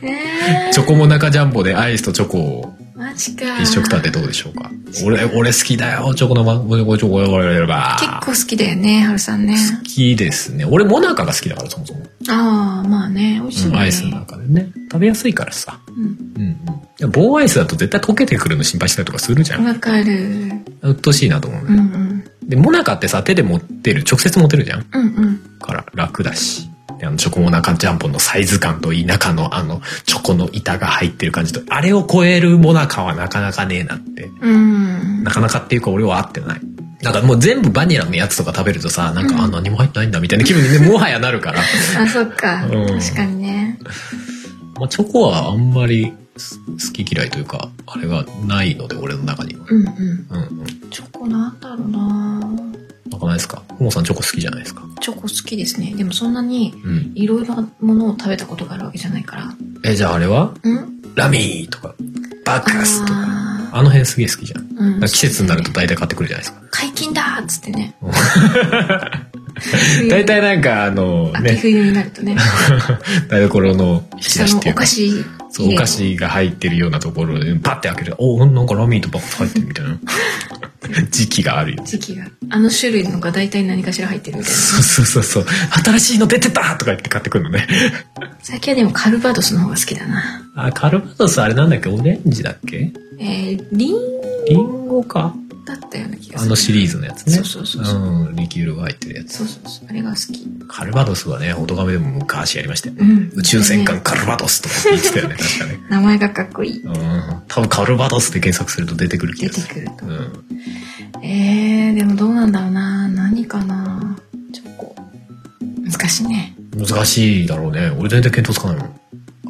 ええチョコモナカジャンボでアイスとチョコをー、マジか。一食立てどうでしょうか。俺、俺好きだよ。チョコのマンゴーチョコ、俺、俺、俺、俺、結好構好きだよね、ハルさんね。きですね。俺、モナカが好きだから、そもそも。ああ、まあね、美味しいようんね。アイスなんかでね。食べやすいからさ。うん。うんうん。棒アイスだと絶対溶けてくるの心配したりとかするじゃん。わかる。うっとうしいなと思ううね。んうん。で、モナカってさ、手で持ってる、直接持てるじゃん。うんうん。から楽だし。であの、チョコモナカジャンボのサイズ感といい、中のあの、チョコの板が入ってる感じと、あれを超えるモナカはなかなかねえなって。うん。なかなかっていうか俺は合ってない。なんかもう全部バニラのやつとか食べるとさ、なんか、うんあ、何も入ってないんだみたいな気分にね、もはやなるから。あ、そっか。うん確かにね。まあ、チョコはあんまりす好き嫌いというか、あれがないので、俺の中には。うんうん。うんうん。チョコなんだろうななんかないですかふもさんチョコ好きじゃないですかチョコ好きですね。でもそんなに、うん。いろいろなものを食べたことがあるわけじゃないから。え、じゃああれはうんラミーとか、バカスとか。ああの辺すげえ好きじゃん。だかーうんら季節になるとそう大体買ってくるじゃないですかだ。ね解禁だーっつってね。 [laughs] 大体なんかあの秋ね、冬になるとね。 [laughs] 台所の引き下出しのっていおうか菓、子。そう、お菓子が入ってるようなところで、パッて開けると、おなんかラミーとバカ入ってるみたいな。 [laughs] 時期があるよ。時期が。あの種類のが大体何かしら入ってるみたいそうそうそうそう。新しいの出てたとか言って買ってくるのね。な。最近はでもカルバドスの方が好きだな。 [laughs] あ、カルバドスあれなんだっけオレンジだっけえー、リンリンゴかだったような気がすある。のシリーズのやつね。そうそうそうそん、リキュールが入ってるやつそう。そうそう。あれが好き。カルバドスはね、オトガメでも昔やりましたよね。うん宇宙戦艦カルバドスとか言ってたよね、確かね。名前がかっこいい。うん。多分カルバドスで検索すると出てくる気出がすてる。くると。うん。えー、でもどうなんだろうな。何かな。チョコ。難しいね。難しいだろうね。俺全然見当つかないもん。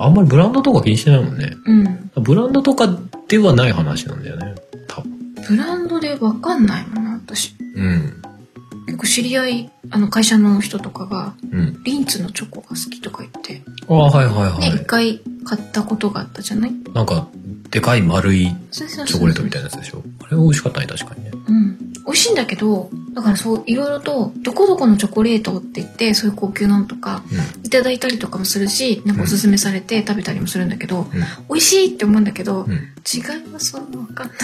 あんまりブランドとか気にしてないもんね。うん。ブランドとかではない話なんだよね。多分。ブランドでわかんないもんな、私。うん。結構知り合い、あの会社の人とかが、うん。リンツのチョコが好きとか言って、ああ、はいはいね、は一い。回買ったことがあったじゃないなんか、でかい丸いそうそうそうチョコレートみたいなやつでしょ。あれ美味しかったね、確かにね。うん。美味しいんだけど、だからそう、いろいろと、どこどこのチョコレートって言って、そういう高級なのとか、いただいたりとかもするし、なんかおすすめされて食べたりもするんだけど、美味しいって思うんだけど、うん。うん。違いはそんなわかんない。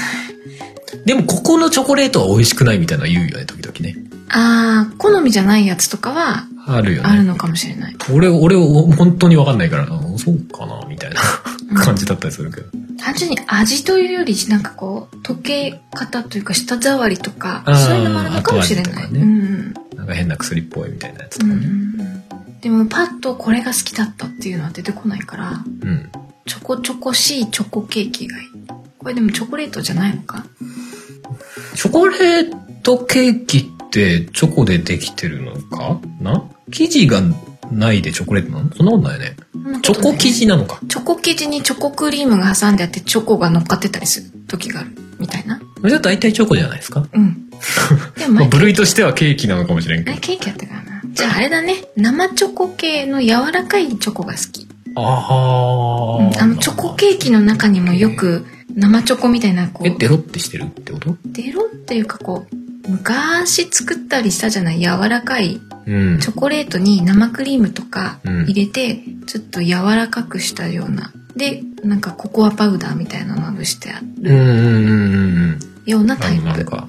でもここのチョコレートは美味しくないみたいなの言うよね、時々ね。あー、好みじゃないやつとかは、あるよあるね。のかもしれない。俺、俺、本当にわかんないから、あそうかな、みたいな感じだったりするけど。単純に味というより、なんかこう、溶け方というか、舌触りとかあー、そういうのもあるのかもしれ後ない。味とかねうん。なんか変な薬っぽいみたいなやつうとんかうんうね。ん。でも、パッとこれが好きだったっていうのは出てこないから、うん。チョコチョコしいチョコケーキがいい。これでもチョコレートじゃないのか。チョコレートケーキってチョコでできてるのかな生地がないでチョコレートなのそんなことないよね。チョコ生地なのか。チョコ生地にチョコクリームが挟んであって、チョコが乗っかってたりする時がある。みたいな。じゃあ大体チョコじゃないですか、 [laughs] うん。でもまあ、前、部類としてはケーキなのかもしれんけあどれ。ケーキやったからな。じゃああれだね。生チョコ系の柔らかいチョコが好き。あうんーあの、チョコケーキの中にもよく生チョコみたいな、こえ、う、デロってしてるってことデロっていうかこう、昔作ったりしたじゃない柔らかいうんチ。ョコレートに生クリームとかうん入れて、ちょっと柔らかくしたような。で、なんかココアパウダーみたいなのまぶしてあうんうんうんうんうん。るようなタあイのなんプ。か、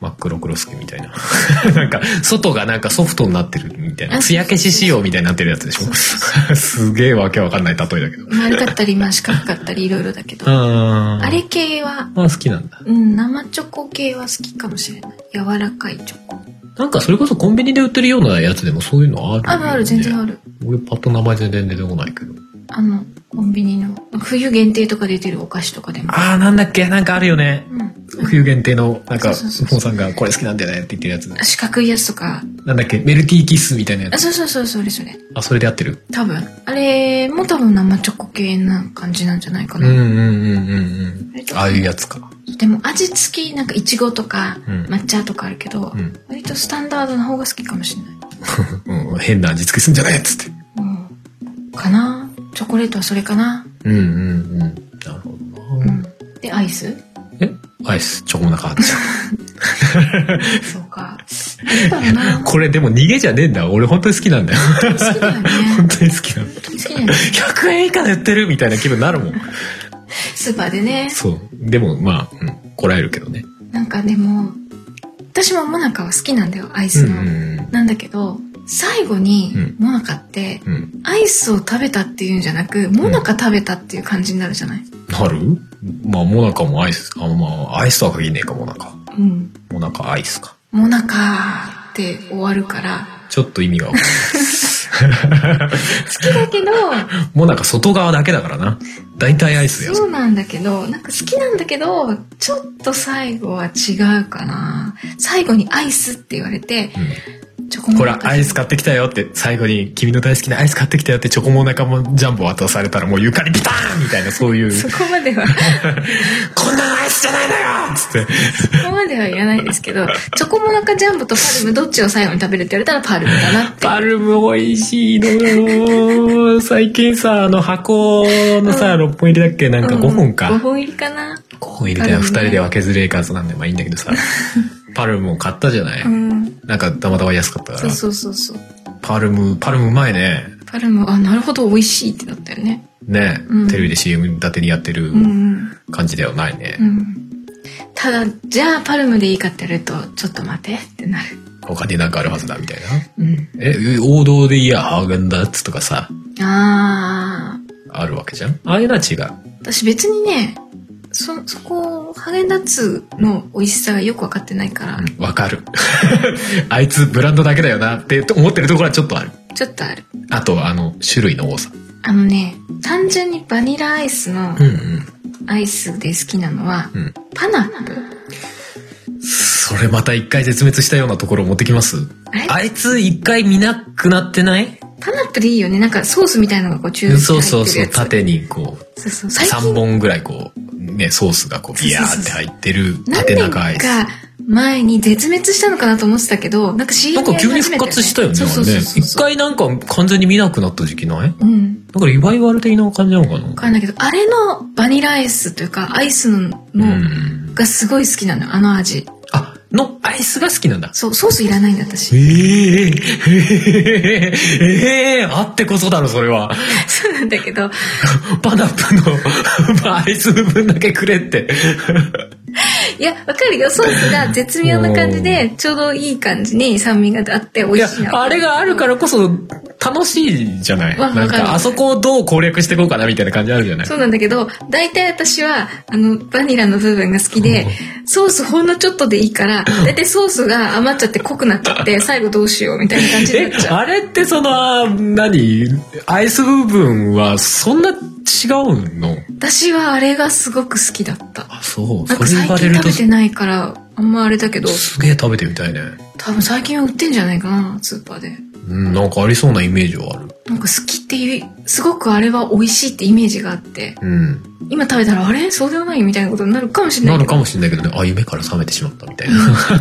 真っ黒クロスケみたいな。 [laughs] なんか、外がなんかソフトになってるみたいな。あつや消し仕様みたいになってるやつでしそうそうそょ [laughs] すげえわけわかんない例えだけど。う丸かったり、まあ四角かったり、いろいろだけど。ああれ系は、まあ好きなんだ。うん、生チョコ系は好きかもしれない。柔らかいチョコ。なんかそれこそコンビニで売ってるようなやつでもそういうのある、あるある、全然ある。る。俺パッと名前全然出てこないけど。あの、コンビニの、冬限定とか出てるお菓子とかでも。あーなんだっけなんかあるよね。うん。冬限定の、なんか、そうそうそうフォンさんがこれ好きなんだよねって言ってるやつ。四角いやつとか。なんだっけメルティーキッスみたいなやあ、つ。そうそうそう、それそれ。あ、それで合ってる多分。あれも多分生チョコ系な感じなんじゃないかうんな。うんうんうんうん。ああいうやつか。でも味付きなんかいちごとかうん抹茶とかあるけど、うん割とスタンダードな方が好きかもしれない、うん、変な味付けすんじゃないっつって。うん、かなチョコレートはそれかなうんうんうん。なるほどうんで、アイスえアイス、チョコモナカあっちゃそうか。なんだろう。うな。これでも逃げじゃねえんだ。俺本当に好きなんだよ。好きだよね。本当に好きなんだよ。本当に好きだよね。 100円以下で売ってるみたいな気分になるもん。スーパーでね。そう。でもまあ、うん、こらえるけどね。なんかでも、私もモナカは好きなんだよ、アイうスんの。うんなんだけど、最後にうんモナカって、うん。うん。アイスを食べたっていうんじゃなく、モナカ食べたっていう感じになるじゃない。なるまあ、モナカもアイス。あ、まあ、アイスとは限んねえか、モナカ。うん。モナカアイスか。モナカって終わるから、ちょっと意味がわかんない。 [laughs] 好きだけど、モナカ外側だけだからな。大体アイスだよ。そうなんだけど、なんか好きなんだけど、ちょっと最後は違うかな。最後にアイスって言われて、うんチョコモほナら、カ。アイス買ってきたよって、最後に、君の大好きなアイス買ってきたよって、チョコモナカもジャンボ渡されたら、もう床にピターンみたいな、そういう、 [laughs] そこまでは、こんなのアイスじゃないのよっつって、そこまでは言わないですけど、チョコモナカジャンボとパルムどっちを最後に食べるって言われたらパルムだなって。パルム美味しいのよ最近さ、あの箱のさ、う6本入りだっけなんかうん5本か。 5本入りかな。 5本入りだよ。パルム2ね人で分けずれえ数なんで、まあいいんだけ [laughs] どさ。パルムを買ったじゃない、うん。なんかたまたま安かったかそうら。そうそうそう。パルム、パルムうまいね。パルム、あ、なるほど、美味しいってなったよね。ね、うんテレビで CM 立てにやってるうんうん。感じではないね。うん。ただ、じゃあパルムでいいかってやると、ちょっと待てってなる。他になんかあるはずだみたいな。うん。え、王道でいや、ハーゲンダッツとかさ、あー。あるわけじゃんああいうのは違う。私別にね、そ、そこ、ハーゲンダッツの美味しさがよくわかってないから、うんわ [laughs] かる。あいつブランドだけだよなって思ってるところはちょっとある。ちょっとある。あと、あの、種類の多さ。あのね、単純にバニラアイスのうんうん。アイスで好きなのは、うんパナップ。それまた一回絶滅したようなところを持ってきますあれあいつ一回見なくなってないパナップでいいよね。なんかソースみたいなのがこう中央にそう入そっうてるそう、やつ。縦にこう、そうそう。最3近、本ぐらいこう、ね、ソースがこう、ビヤーって入ってる何縦年長アイス。か前に絶滅したのかなと思ってたけど、なんか CM なんか急に復活したよね、あそうそれねうそう。一そう。回なんか完全に見なくなった時期ないうん。だからリバイバル的な感じなのかなわかんないけど、あれのバニラアイスというか、アイスの、うん。がすごい好きなのよ、あの味。あ、のアイスが好きなんだ。そう、ソースいらないんだ、私。ええええええあってこそだろ、それは。 [laughs] そうなんだけど、パナップのまあアイス部分だけくれって。いや、わかるよ。ソースが絶妙な感じで、ちょうどいい感じに酸味があってい美や味しい、な。あれがあるからこそ楽しいじゃない。わなんわかるか、あそこをどう攻略していこうかなみたいな感じあるじゃないそ。うなんだけど、大体私は、あの、バニラの部分が好きで、ソースほんのちょっとでいい [laughs] から、大体ソースが余っちゃって濃くなっちゃって、最後どうしようみたいな感じにえなっち、ゃう。あれってその、何アイス部分はそんな違うの私はあれがすごく好きだった。あ、そう。なんそかれ言最われ近る食とべてないから、あんまあれだけど、すげえ食べてみたいね。多分最近は売ってんじゃないかな、スーパーで。うん、なんかありそうなイメージはある。なんか好きっていう、すごくあれは美味しいってイメージがあって、うん。今食べたらあれそうではないみたいなことになるかもしれなないけるど。かもしれないけどね、あ、夢から覚めてしまったみたいな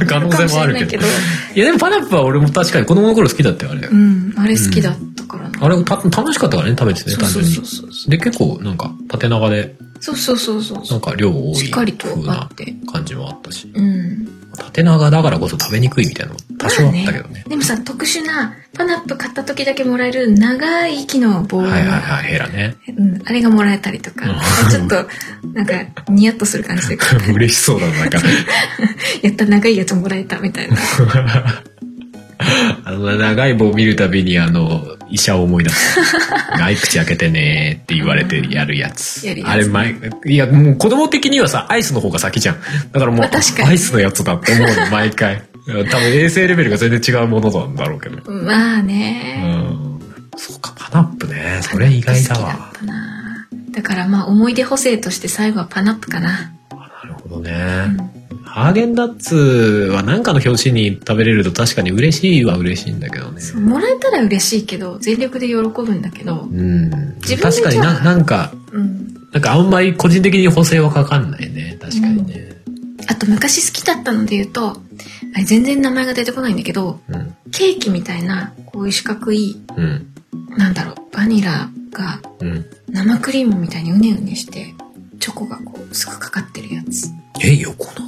可能性もあるけど。いかもしれないや、でもパナップは俺も確かに子供の頃好きだったよ、あれ。けどうん、あれ好きだったからな。あれた、楽しかったからね、食べててね、そう単そう純にそう。そう。で、結構なんか縦長で、そうそうそうそうなそんか量多う。いしっかりと風あなって。感じもあったし。うん。縦長だからこそ食べにくいみたいなのも多少あったけどね。でもさ、特殊な、パナップ買った時だけもらえる長い木の棒。はいはいはい、ヘラね。 [laughs] うん、あれがもらえたりとか、うんちょっと、なんか、ニヤッとする感 [laughs] じで、嬉しそうだな、なんか。やった長いやつもらえたみたいな。あの、長い棒見るたびに、あの、医者を思い出 [laughs] す。はい、口開けてねーって言われてやるやつ。やるやつあれ、前、いや、もう子供的にはさ、アイスの方が先じゃん。だからもう、まあ確かにアイスのやつだって思うの、毎回。多分衛生レベルが全然違うものなんだろうけど。まあうね。ん。そうか、パナップね。それ意外だパナッわ。プ好きだったな。だからまあ、思い出補正として最後はパナップかな。なるほどね。ハーゲンダッツはなんかの表紙に食べれると確かに嬉しいは嬉しいんだけどね。そうもらえたら嬉しいけど、全力で喜ぶんだけど、うん。自分で確かにじゃな、あなんか、うん。なんかあんまり個人的に補正はかかんないね。確かにね。あと昔好きだったので言うと、あれ全然名前が出てこないんだけど、うん。ケーキみたいな、こういう四角い、うん。なんだろう、バニラがうん。生クリームみたいにうねうねして、チョコがこう、すぐかかってるやつ。え、横長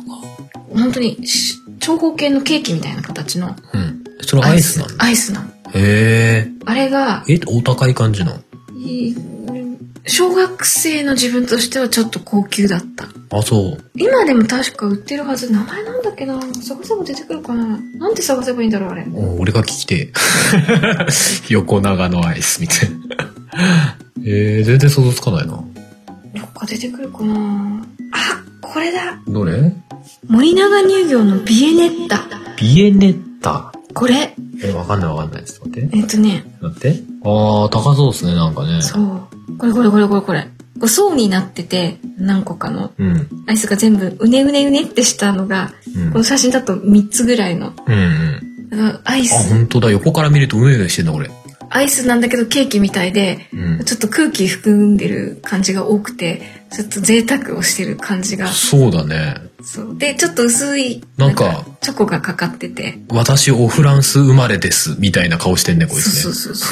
本当にし長方形のケーキみたいな形のうん。それアイスなんだ。アイスなの。へあれが、え。え、お高い感じの。い小学生の自分としてはちょっと高級だった。あ、そう。今でも確か売ってるはず。名前なんだっけな探せば出てくるかななんて探せばいいんだろう、あれ。お俺が聞きてえ。 [laughs] 横長のアイスみたいな。えー、全然想像つかないな。どっか出てくるかなあ、これだどれ森永乳業のビエネッタ。ビエネッタ。これ、え、わかんないわかんない。ちょっと待って。えっとね、待って。あー、高そうですね、なんかね。そう。これこれこれこれこれ。こう層になってて、何個かの。うん。アイスが全部うねうねうねってしたのが、うんこの。写真だと3つぐらいの。うんうん。あのアイあ、ス、本当だ。横から見るとうねうねしてんだ、これ。アイスなんだけどケーキみたいで、うん。ちょっと空気含んでる感じが多くて、ちょっと贅沢をしてる感じが。そうだね。そう。で、ちょっと薄い、なんかチョコがかかってて。私、オフランス生まれです、みたいな顔してんね、こいそうつね。そうそうそ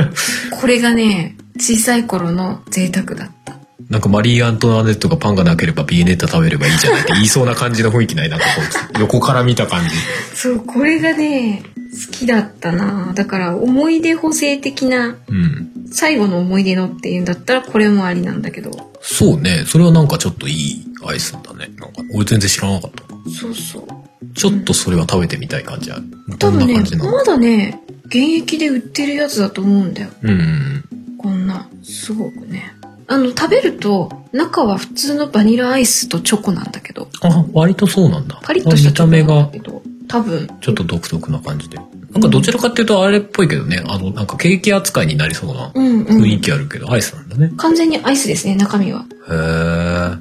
う。これがね、小さい頃の贅沢だった。なんかマリー・アントワネットがパンがなければビエネッタ食べればいいじゃない [laughs] って言いそうな感じの雰囲気ないなんかこいつ横から見た感じ。そう、これがね、好きだったなだから思い出補正的な、うん。最後の思い出のっていうんだったらこれもありなんだけど。そうね。それはなんかちょっといいアイスだね。なんか俺全然知らなかった。そうそう。ちょっとそれは食べてみたい感じある。多どん分なね感じ、なの、まだね、現役で売ってるやつだと思うんだよ。うんうん。こんな、すごくね。あの、食べると、中は普通のバニラアイスとチョコなんだけど、あ、割とそうなんだ。パリッとした見チたョコ目なんだがけど、多分、ちょっと独特な感じで。なんかどちらかっていうとあれっぽいけどね。あの、なんかケーキ扱いになりそうなうんう雰囲ん。気あるけど、アイスなんだね。完全にアイスですね、中身は。へー。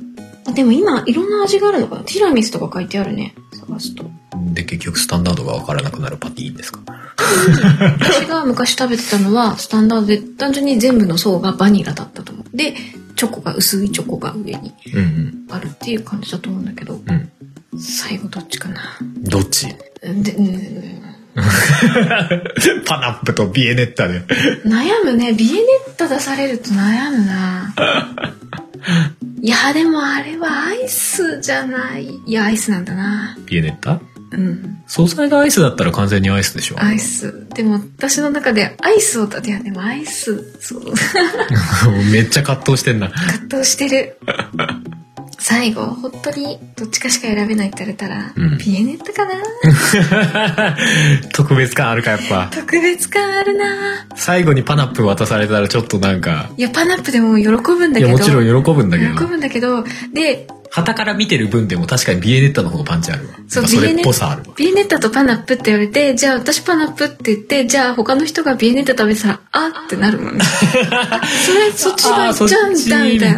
あでも今、いろんな味があるのかなティラミスとか書いてあるね、探すと。で、結局スタンダードがわからなくなるパティですか。私が昔食べてたのはスタンダードで単純に全部の層がバニラだったと思うでチョコが薄いチョコが上にうんうん。あるっていう感じだと思うんだけどうん。最後どっちかなどっちで、うん、 [laughs] パナップとビエネッタで。悩むねビエネッタ出されると悩むないやでもあれはアイスじゃないいやアイスなんだなビエネッタうん素材がアイスだったら完全にアイスでしょアイ。スでも私の中でアイスをたいやでもアイスそう [laughs] めっちゃ葛藤してんな。 [laughs] 葛藤してる最後本当にどっちかしか選べないって言われたら、うんビエネットかな特別感あるかやっぱ。特別感あるな最後にパナップ渡されたらちょっとなんか、いやパナップでも喜ぶんだいけやどもちろん喜ぶんだけ喜ど。ぶんだけどで旗から見てる分でも確かにビエネッタの方がパンチあるわ。そうなんかそれっぽさあるわ。ビエネッタとパナップって言われてじゃあ私パナップって言ってじゃあ他の人がビエネッタ食べてたらあってな [laughs] るもんねあそれそっちがいっちゃうんだみたいな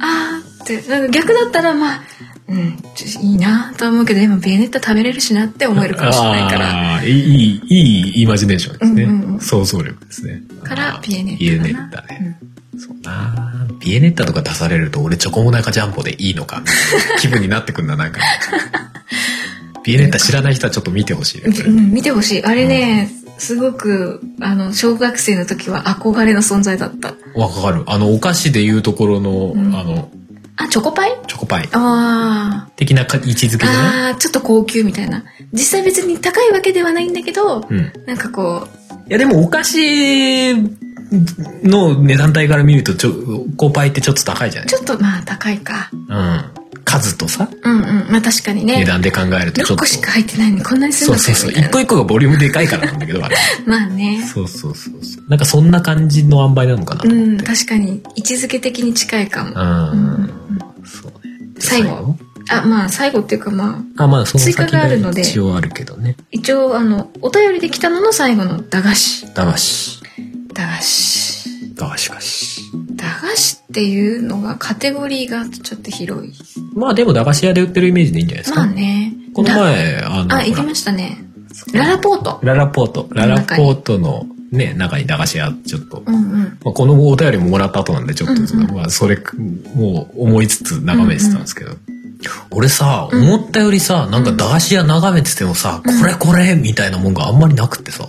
あーってなんか逆だったらまあうんちょいいなとは思うけどでもビエネッタ食べれるしなって思えるかもしれないからあーいい、いい、いいイマジネーションですね。うんうんうん想像力ですね。からあービエネッタビエネかなッタね。そうなあビエネッタとか出されると俺チョコモナカジャンボでいいのかみたいな気分になってくんななん [laughs] かビエネッタ知らない人はちょっと見てほしいねそれうん、見てほしい。あれね、すごく、あの、小学生の時は憧れの存在だった。わかるあのお菓子でいうところの、んあのあ、チョコパイチョコパイあ的なか位置づあ。けじゃないああ、ちょっと高級みたいな。実際別に高いわけではないんだけど、うん、いなんかこやでもお菓子の値段帯から見るとチョコパイってちょっと高いじゃう、ないちょっとまあ高いか。うん数とさうんうん。まあ確かに値ね。段で考えるとちょっと6個しか入ってないのにこんなにすそるのうかそうそうみたい一な個一個がボリュームでかいからなんだけどあ [laughs] れまあね。そうそうそうそう。なんかそんな感じの塩梅なのかなとう思っん、て。確かに。位置づけ的に近いかも。うん。そうね。最後。あ、まあ最後っていうかまあ、あ、まあその追先加があるのがで一応あるけどね。一応あの、お便りで来たのの最後の駄菓子。駄菓子。駄菓子。駄菓子菓子。駄菓子っていうのがカテゴリーがちょっと広い。まあでも駄菓子屋で売ってるイメージでいいんじゃないですまあか。ね。このラ前、あの、あ、行きほらましたね。ララポート。ララポート。ララポートのね、中に駄菓子屋、ちょっと。うんうん。まあ、このお便りももらった後なんで、ちょっとその、うんうんまあ、それ、もう思いつつ眺めてたんですけど。俺さ、うん思ったよりさ、なんか駄菓子屋眺めててもさ、うんこれこれみたいなもんがあんまりなくってさ。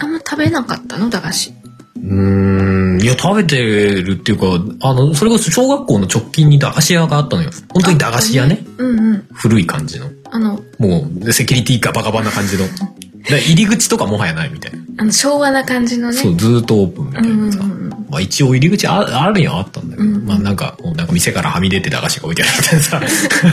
あんま食べなかったの駄菓子。うーん、うん、いや、食べてるっていうか、あの、それこそ小学校の直近に駄菓子屋があったのよ。本当に駄菓子屋ね。うんうん。古い感じの。あの、もう、セキュリティガバガバな感じの。だから入り口とかもはやないみたいな。あの昭和な感じのね。そう、ずーっとオープンみたうんいうんなうさ。ん。まあ一応入り口ああるにはあったんだけど、うんまあなんか、もうなんか店からはみ出て駄菓子が置いてあるみたいなさ。 [laughs]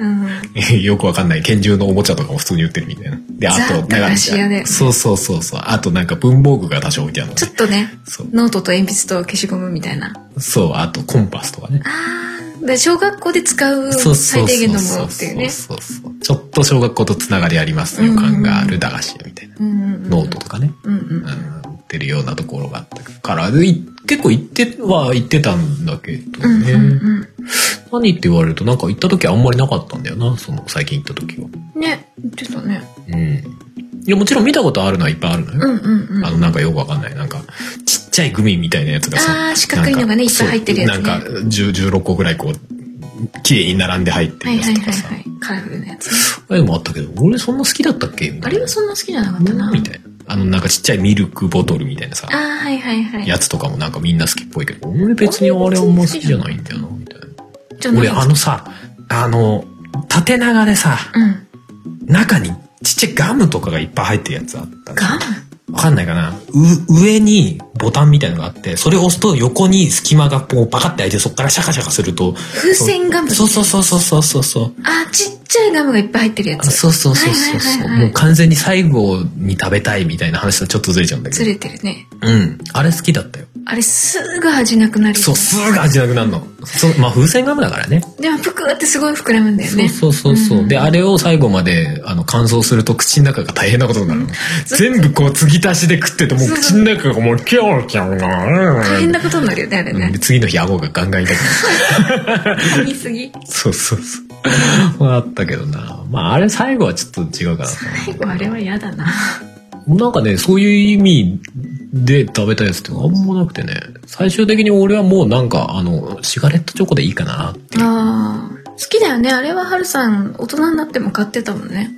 うんよくわかんない拳銃のおもちゃとかも普通に売ってるみたいな。で、あザと、駄菓子屋でそうそうそうそう。あとなんか文房具が多少置いてあるのねちょっとね、そう。ノートと鉛筆と消しゴムみたいな。そう、あとコンパスとかね。ああ、で小学校で使うそうそ最う低そう限のもそのうっていうね。そうそうそうちょっと小学校とつながりあります予感がある駄菓子屋みたいな。うんうんうんノートとかね。ううんん、売ってるようなところがあったから、でい結構行っては行ってたんだけどうん。うんね。うん何って言われるとなんか行った時あんまりなかったんだよな、その最近行った時は。うん。ね、言ってたね。うん。いや、もちろん見たことあるのはいっぱいあるのよ。うんうんうん。あの、なんかよくわかんない。なんか、ちっちゃいグミみたいなやつがあーなんか四角いのがねいっぱい入ってるやつねそうなんか、10 16個ぐらいこう、綺麗に並んで入ってはるいやはつといはかいさ。はい。カラフルなやつ。あれでもあったけど、俺そんな好きだったっけみたあいな。れはそんな好きじゃなかったな。みたいな。あの、なんかちっちゃいミルクボトルみたいなさあ、あ、はいはいはい。やつとかもなんかみんな好きっぽいけど、俺別にあれあんま好きじゃないんだよな、みたいな。じゃあなん俺かあのさ、あの、縦長でさ、うん。中にちっちゃいガムとかがいっぱい入ってるやつあったのガムわかんないかなう上にボタンみたいのがあって、それを押すと横に隙間がこうパカって開いて、そこからシャカシャカすると。風船ガムそうそうそうそうそうそうそう。あー、ちっちゃいガムがいっぱい入ってるやあつ。そうそうそうそうはいそはう。いはいはもうい。完全に最後に食べたいみたいな話とちょっとずれちゃうんだけずど。れてるね。うん。あれ好きだったよ。あれ、すぐ味なくなるよねそう、すぐ味なくなるの。そう、まあ風船ガムだからね。でも、ぷくーってすごい膨らむんだよそうね。そうそうそう。うんで、あれを最後まで、あの、乾燥すると口の中が大変なことになるの。全部こう継ぎ足しで食ってて、もう口の中がもうキョロキョロ。大変なことになるよね、あれうんでね。次の日顎がガンガン痛くなる。噛みすぎ。そうそうそう。まああったけどな。まああれ最後はちょっと違うかな。最後、あれは嫌だな。なんかね、そういう意味で食べたやつってあんまなくてね。最終的に俺はもうなんか、あの、シガレットチョコでいいかな。 [laughs] あー好きだよね。あれは、はるさん、大人になっても買ってたもんね。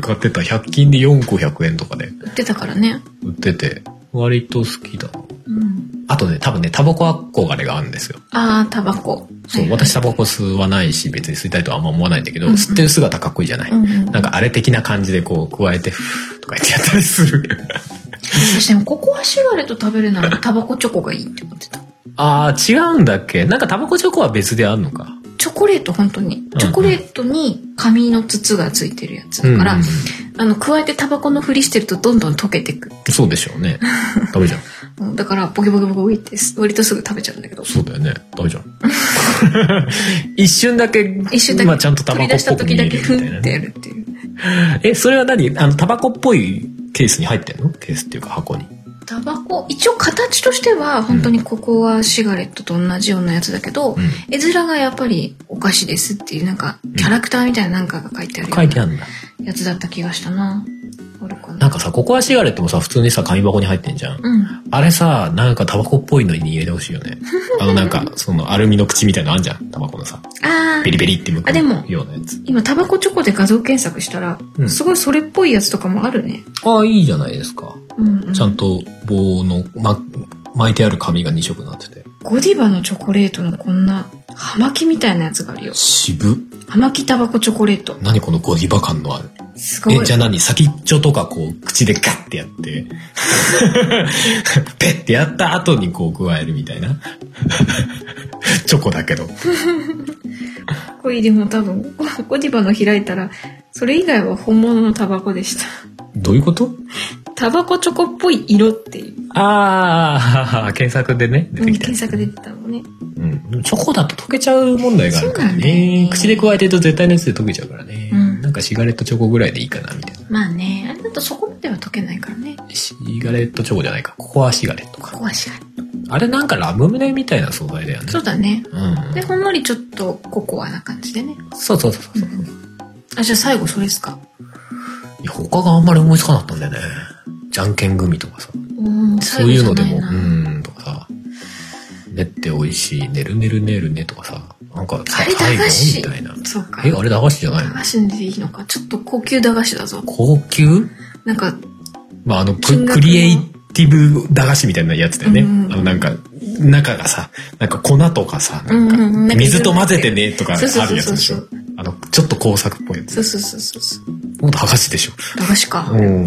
買ってた。100均で4個100円とかで売ってたからね。売ってて、割と好きだ。うん。あとね、多分ね、タバコ憧れがあるんですよ。あータバコ。そう、はいはい私タバコ吸わないし、別に吸いたいとはあんま思わないんだけど、うんうん吸ってる姿かっこいいじゃない。うんうんなんかあれ的な感じでこう、加えて、ふーとか言ってやったりする。 [laughs] 私でもココアシガレット食べるならタバコチョコがいいって思ってたああ、違うんだっけなんかタバコチョコは別であんのか。チョコレート本当にチョコレートに紙の筒がついてるやつだから、うんあの加えてタバコのふりしてるとどんどん溶けてくそうでしょう [laughs] ね。ダメじゃん。うんだからボケボケボケボケって割とすぐ食べちゃうんだけどそうだよね。ダメじゃん。 [laughs] 一瞬だけ、一瞬だけまあ、ちゃんとタ取バコり出っしたぽく時見だえけるふみたいんなってやね。るっていうえ、それは何あの、タバコっぽいケースに入ってんのケースっていうか箱に。タバコ一応形としては本当にココアシガレットと同じようなやつだけど、うん。絵面がやっぱりお菓子ですっていうなんかキャラクターみたいななんかが書いてあるよ書ういてあなるんだ。やつだった気がしたなあるかななんかさ、ココアシガレットもさ、普通にさ、紙箱に入ってんじゃん。うんあれさ、なんかタバコっぽいのに入れてほしいよ [laughs] ね。あのなんか、そのアルミの口みたいなのあんじゃん。タバコのさ、ああベリベリってむくあでもようなやつ。今タバコチョコで画像検索したら、うんすごいそれっぽいやつとかもあるね。ああ、いいじゃないですか。うん、うんちゃんと棒の、ま、巻いてある紙が2色になってて。ゴディバのチョコレートのこんな、葉巻みたいなやつがあるよ。渋。葉巻タバコチョコレート。何このゴディバ感のある。すごいえ、。じゃあ何先っちょとかこう、口でガッてやって、 [laughs] ペッてやった後にこう加えるみたいな。 [laughs] チョコだけど。これでも多分、 [laughs] ゴディバの開いたら、それ以外は本物のタバコでした。 [laughs] どういうことタバコチョコっぽい色っていう。ああ、検索でね、出うんてきた検。索出てたのね。うん、チョコだと溶けちゃう問題があるからそうだねね。口で加えてると絶対のやつで溶けちゃうからね。うんなんかシガレットチョコぐらいでいいかな、みたいな。まあね、あれだとそこまでは溶けないからね。シガレットチョコじゃないか。ココアシガレットこか。こはしない。あれなんかラムネみたいな素材だよね。そうだね。うん。で、ほんのりちょっとココアな感じでね。そうそうそうそうそう。あ、じゃあ最後それですか。いや、他があんまり思いつかなかったんだよね。じゃんけん組とかさ。うん、そ最う後いうじゃのでないも、うな。ーん、とかさ。練って美味しい、ねるねるねるねとかさ。なんかあさ、れ駄菓子みたいな。そうか。え、あれ駄菓子じゃない駄の菓子でいいのか。ちょっと高級駄菓子だぞ。高級なんか、まあ、あの、金ク額のクリエイティブ駄菓子みたいなやつだよね。うんうんあのなんか、中がさ、なんか粉とかさ、うんうんななんんかか水と混ぜてねとかあそうそうそうそうるやつでしょ。あの、ちょっと工作っぽいやつ。そうそうそうそうそう。ほんと、はかしでしょ。駄菓子か。うん。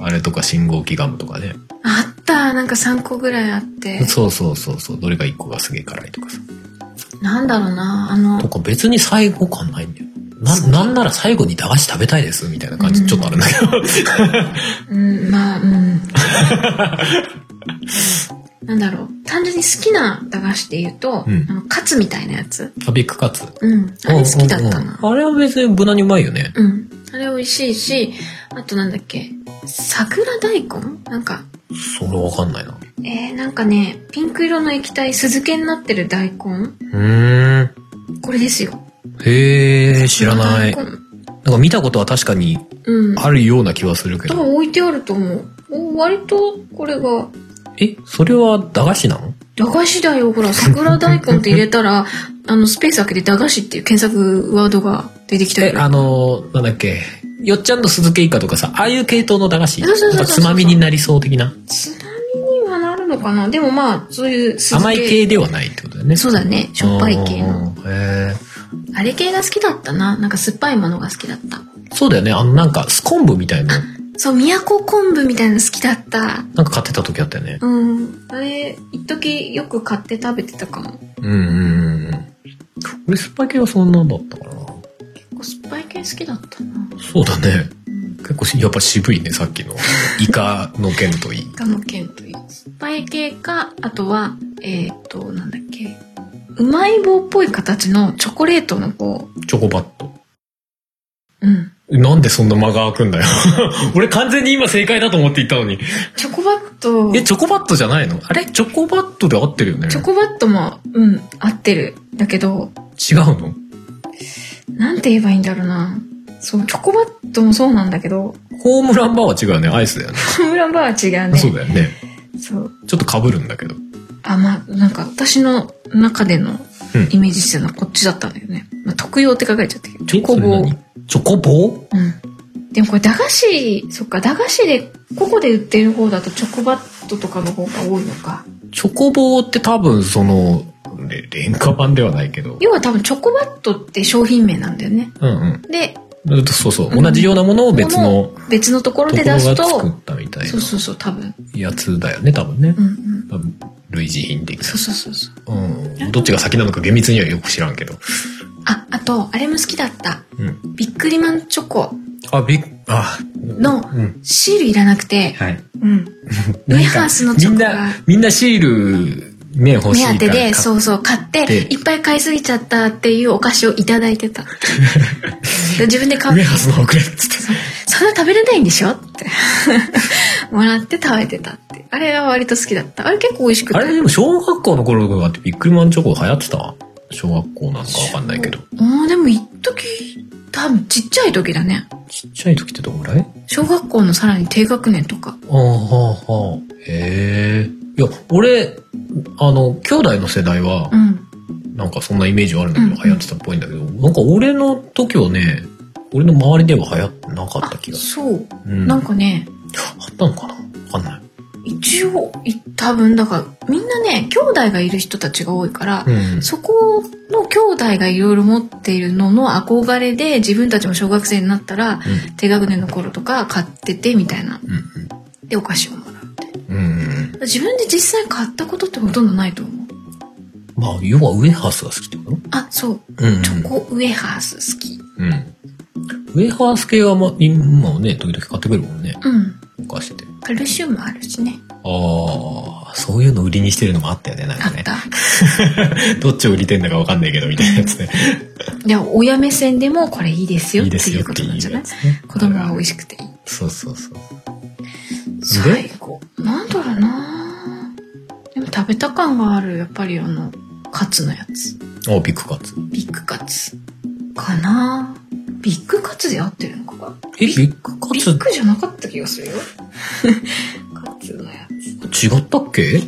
あれとか信号機ガムとかね。あったなんか3個ぐらいあって。 [laughs] そうそうそうそう。どれか一個がすげえ辛いとかさ。なんだろうなあとの、か別に最後感ないんだよ。な、そうなんなら最後に駄菓子食べたいですみたいな感じちょっとあるんだけど。 [laughs] うん、まあ、 [laughs] うん。なんだろう。単純に好きな駄菓子で言うと、うんあの、カツみたいなやつ。あ、ビッグカツ。うん。あれ好きだったな。うんうんうんあれは別に無難にうまいよね。うん。あれ美味しいし、あとなんだっけ、桜大根なんか、それわかんないな。えー、なんかね、ピンク色の液体、酢漬けになってる大根うーん。これですよ。へえ、知らない。大なん根か見たことは確かにうん。あるような気はするけ多ど。分置いてあると思う。お割と、これが、え、それは駄菓子なの駄菓子だよ。ほら、桜大根って入れたら、 [laughs] あの、スペース開けて駄菓子っていう検索ワードが出てきたえ、よ。あのー、なんだっけ。よっちゃんの酢漬けイカとかさ、ああいう系統の駄菓子。そうそうそうそうなんかつまみになりそう的な。ちなみにはなるのかなでもまあ、そういう酢甘漬いけ。系ではないってことだよね。そうだね。しょっぱい系の。うん。へえ。あれ系が好きだったな。なんか酸っぱいものが好きだった。そうだよね。あの、なんか、スコンブみたいな、そう、宮古昆布みたいなの好きだった。なんか買ってた時あったよね。うん。あれ、一時よく買って食べてたかも。うんうんうん。俺、スパ系はそんなんだったかな。結構酸っぱい系好きだったな。そうだね。うん。結構し、やっぱ渋いね、さっきの。イカの件といい。 [laughs] ガムケンという。酸っぱい系か、あとは、えっ、ー、と、なんだっけ。うまい棒っぽい形のチョコレートのこチョコバット。う。うん。なんでそんな間が空くんだよ。 [laughs] 俺完全に今正解だと思って言ったのに。チョコバット、え、チョコバットじゃないのあれチョコバットで合ってるよね。チョコバットも、うん、合ってる。だけど、違うのなんて言えばいいんだろうな。そう、チョコバットもそうなんだけど、 [laughs] ホームランバーは違うよね。アイスだよね。ホームランバーは違うね。そうだよね。そう。ちょっと被るんだけど。あ、まあ、なんか私の中でのうんイメージしてるのはこっちだったんだよね。まあ、特用って書かれちゃったけど。チョコそ棒。れう何チョコ棒ん。でもこれ駄菓子、そっか、駄菓子で、ここで売ってる方だとチョコバットとかの方が多いのか。チョコ棒って多分その、れ廉価版ではないけど。要は多分チョコバットって商品名なんだよね。うんで、うん。そうそう。うん同じようなものを別のこ別のとことろころでが出すと、作ったみたいそうそうそう、多分。なやつだよね、多分ねう。んうん。多分類似品的そうそうそうそう。な。うん。どっちが先なのか厳密にはよく知らんけど。あ、あと、あれも好きだった。うん。ビックリマンチョコ。あ、びっ、あ、のうん。シールいらなくて、はい。 [laughs] うん。ウェハースのチョコがみんな、みんなシール、ね、欲しいか目ら当てで、う。そうそう、買ってで、いっぱい買いすぎちゃったっていうお菓子をいただい [laughs] てた。で自分でウ買ェう。ハースの方くれっつって。そんな食べれないんでしょって。 [laughs] もらって食べてたって。あれは割と好きだった。あれ結構美味しくて。あれでも小学校の頃とかってビックリマンチョコ流行ってた小学校なんかわかんないけど。あーでも一時、多分ちっちゃい時だね。ちっちゃい時ってどんぐらい小学校のさらに低学年とか。ああ、はあ、はあ。へえ。いや、俺、あの、兄弟の世代はう、ん。なんかそんなイメージはあるんだけうど、ん流行ってたっぽいんだけど、なんか俺の時はね、俺の周りでは流行ってなかっあた気、がすそう。る。うん。なあんかね、ったのかなわかんない。一応、い多分、だから、みんなね、兄弟がいる人たちが多いから、うん。そこの兄弟がいろいろ持っているのの憧れで自分たちも小学生になったら低学年の頃とか買っててみたいなうでお菓子をもらうみたいん。うん。うん。な自分で実際買ったことってほとんどないと思うまあ、要はウェハースが好きってことあそううんチョコウエハース好きうん。ウェハース系は、ま、今もね、時々買ってくるもんね。うんお菓子で。カルシウムあるしねああ、そういうの売りにしてるのもあったよね、なんあかっね。たどっちを売りてんだかわかんないけど、みたいなやつね。で親目線でもこれいいですよいいってですいようっこていとなんじゃうなやいつね。子供は美味しくていいそうそうそう。最後なんだろうなでも食べた感があるやっぱりあのカツのやつあ、ビッグカツ。ビッグカツかなビッグカツで合ってるのかなえ、ビッグカビツッグじゃなかった気がするよ [laughs] カツのや違ったっけ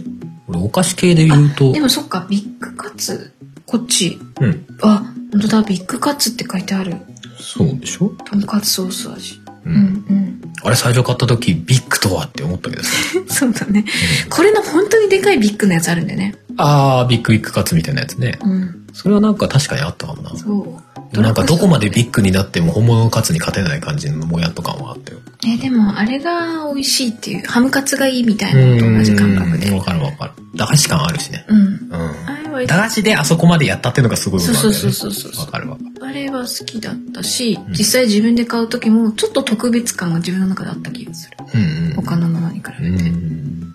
俺、お菓子系で言うつとで。もそっかビッグカツこっちうん。あ本当だビッグカツって書いてあるそうでしょとんかつソース味ううんんあれ最初買った時ビッグとはって思ったけどさ、うん。 [laughs] そうだね。これの本当にでかいビッグなやつあるんだよね。ああビッグビッグカツみたいなやつねうん。それはなんか確かにあったかもなそう。なんかどこまでビッグになっても本物のカツに勝てない感じのもやっと感はあったよえ、でもあれが美味しいっていう、ハムカツがいいみたいなのと同じ感覚で。うんわかるわかる駄菓子感あるしねうん。うんあれは美味しい駄菓子であそこまでやったっていうのがすごいことなんだよねそうそうそうそうそうわかるわかるあれは好きだったし、うん実際自分で買う時もちょっと特別感が自分の中であった気がする。うんうん他のものに比べうて。ん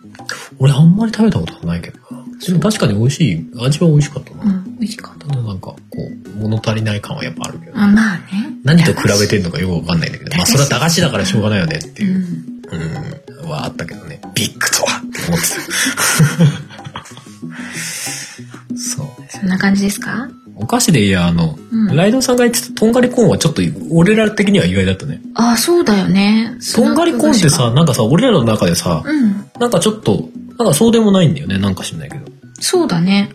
俺あんまり食べたことないけどなでも確かに美味しい味は美味しかったな、うん、美味しかった。ただなんかこう物足りない感はやっぱあるけどあまあね。何と比べてんのかよくわかんないんだけど、駄まあ菓子それは駄菓子だからしょうがないよねってういう、ん。うん、はあったけどね。ビッグとはって思ってた。 [laughs] そう。そんな感じですかお菓子でいや、あの、うんライドウさんが言ってたとんがりコーンはちょっと俺ら的には意外だったね。あ、そうだよね。とんがりコーンってスナッさ、なんかさ、俺らの中でさク、菓子か、うん。なんかちょっと、なんかそうでもないんだよね。なんか知んないけど。そうだね。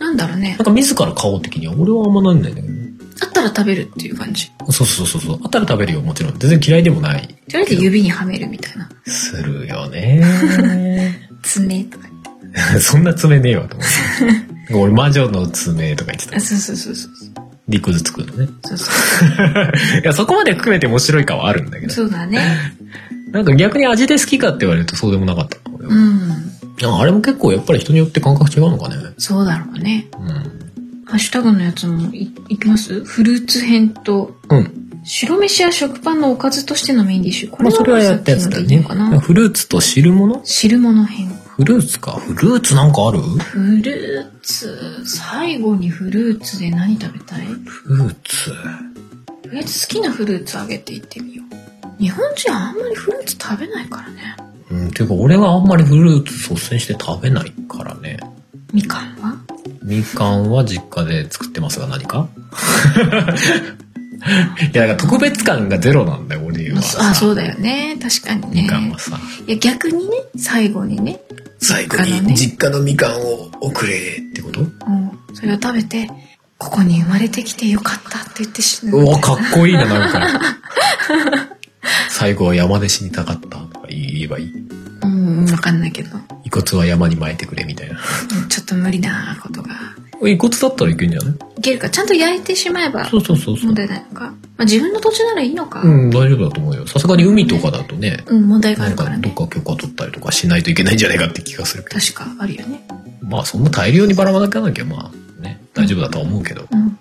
なんだろうねな。んか自ら買おう的には俺はあんまなんないんだけどね。あったら食べるっていう感じ。そうそうそうそう。あったら食べるよ、もちろん。全然嫌いでもない。とりあえず指にはめるみたいな。するよね。 [laughs] 爪とか。そんな爪ねえわと思って。俺、魔女の爪とか言ってたあ、。そうそうそうそう。理屈つくのね。そうそう。いや、そこまで含めて面白い感はあるんだけど。そうだね。なんか逆に味で好きかって言われるとそうでもなかった。俺はうん。なんかあれも結構やっぱり人によって感覚違うのかね。そうだろうね。うん。ハッシュタグのやつもいいきますフルーツ編とうん。白飯や食パンのおかずとしてのメインディッシュ。こまあそれはやったやつさきだのよでいいね。のかなフルーツと汁物汁物編。フルーツか。フルーツなんかあるフルーツ、最後にフルーツで何食べたいフルーツ。とりあえず好きなフルーツあげていってみよう。日本人あんまりフルーツ食べないからね。うん、ていうか俺はあんまりフルーツ率先して食べないからね。みかんはみかんは実家で作ってますが何か [laughs] いやだから特別感がゼロなんだよ俺はあさそあ、そうだよね。確かにみねか。んはさいや、逆にね、最後にね、最後実家のにね実家のみかんを送れってこともう、それを食べて、ここに生まれてきてよかったって言って死ぬうみたいわな。かっこいいななんか [laughs] 最後は山で死にたかったとか言えばいいうん、わかんないけど。遺骨は山に撒いてくれみたいなちょっと無理なことが。遺骨だったらいけんじゃないいけるか。ちゃんと焼いてしまえばそうそうそうそう問題ないのか。まあ自分の土地ならいいのか。う。ん大丈夫だと思うよさすがに海とかだとねうん、問題がなあんるかからどねっ。か許可取ったりとかしないといけないんじゃないかって気がするけど確かあるよね。まあそんな大量にばらまかなきゃまあね大丈夫だとは思うけど、うん。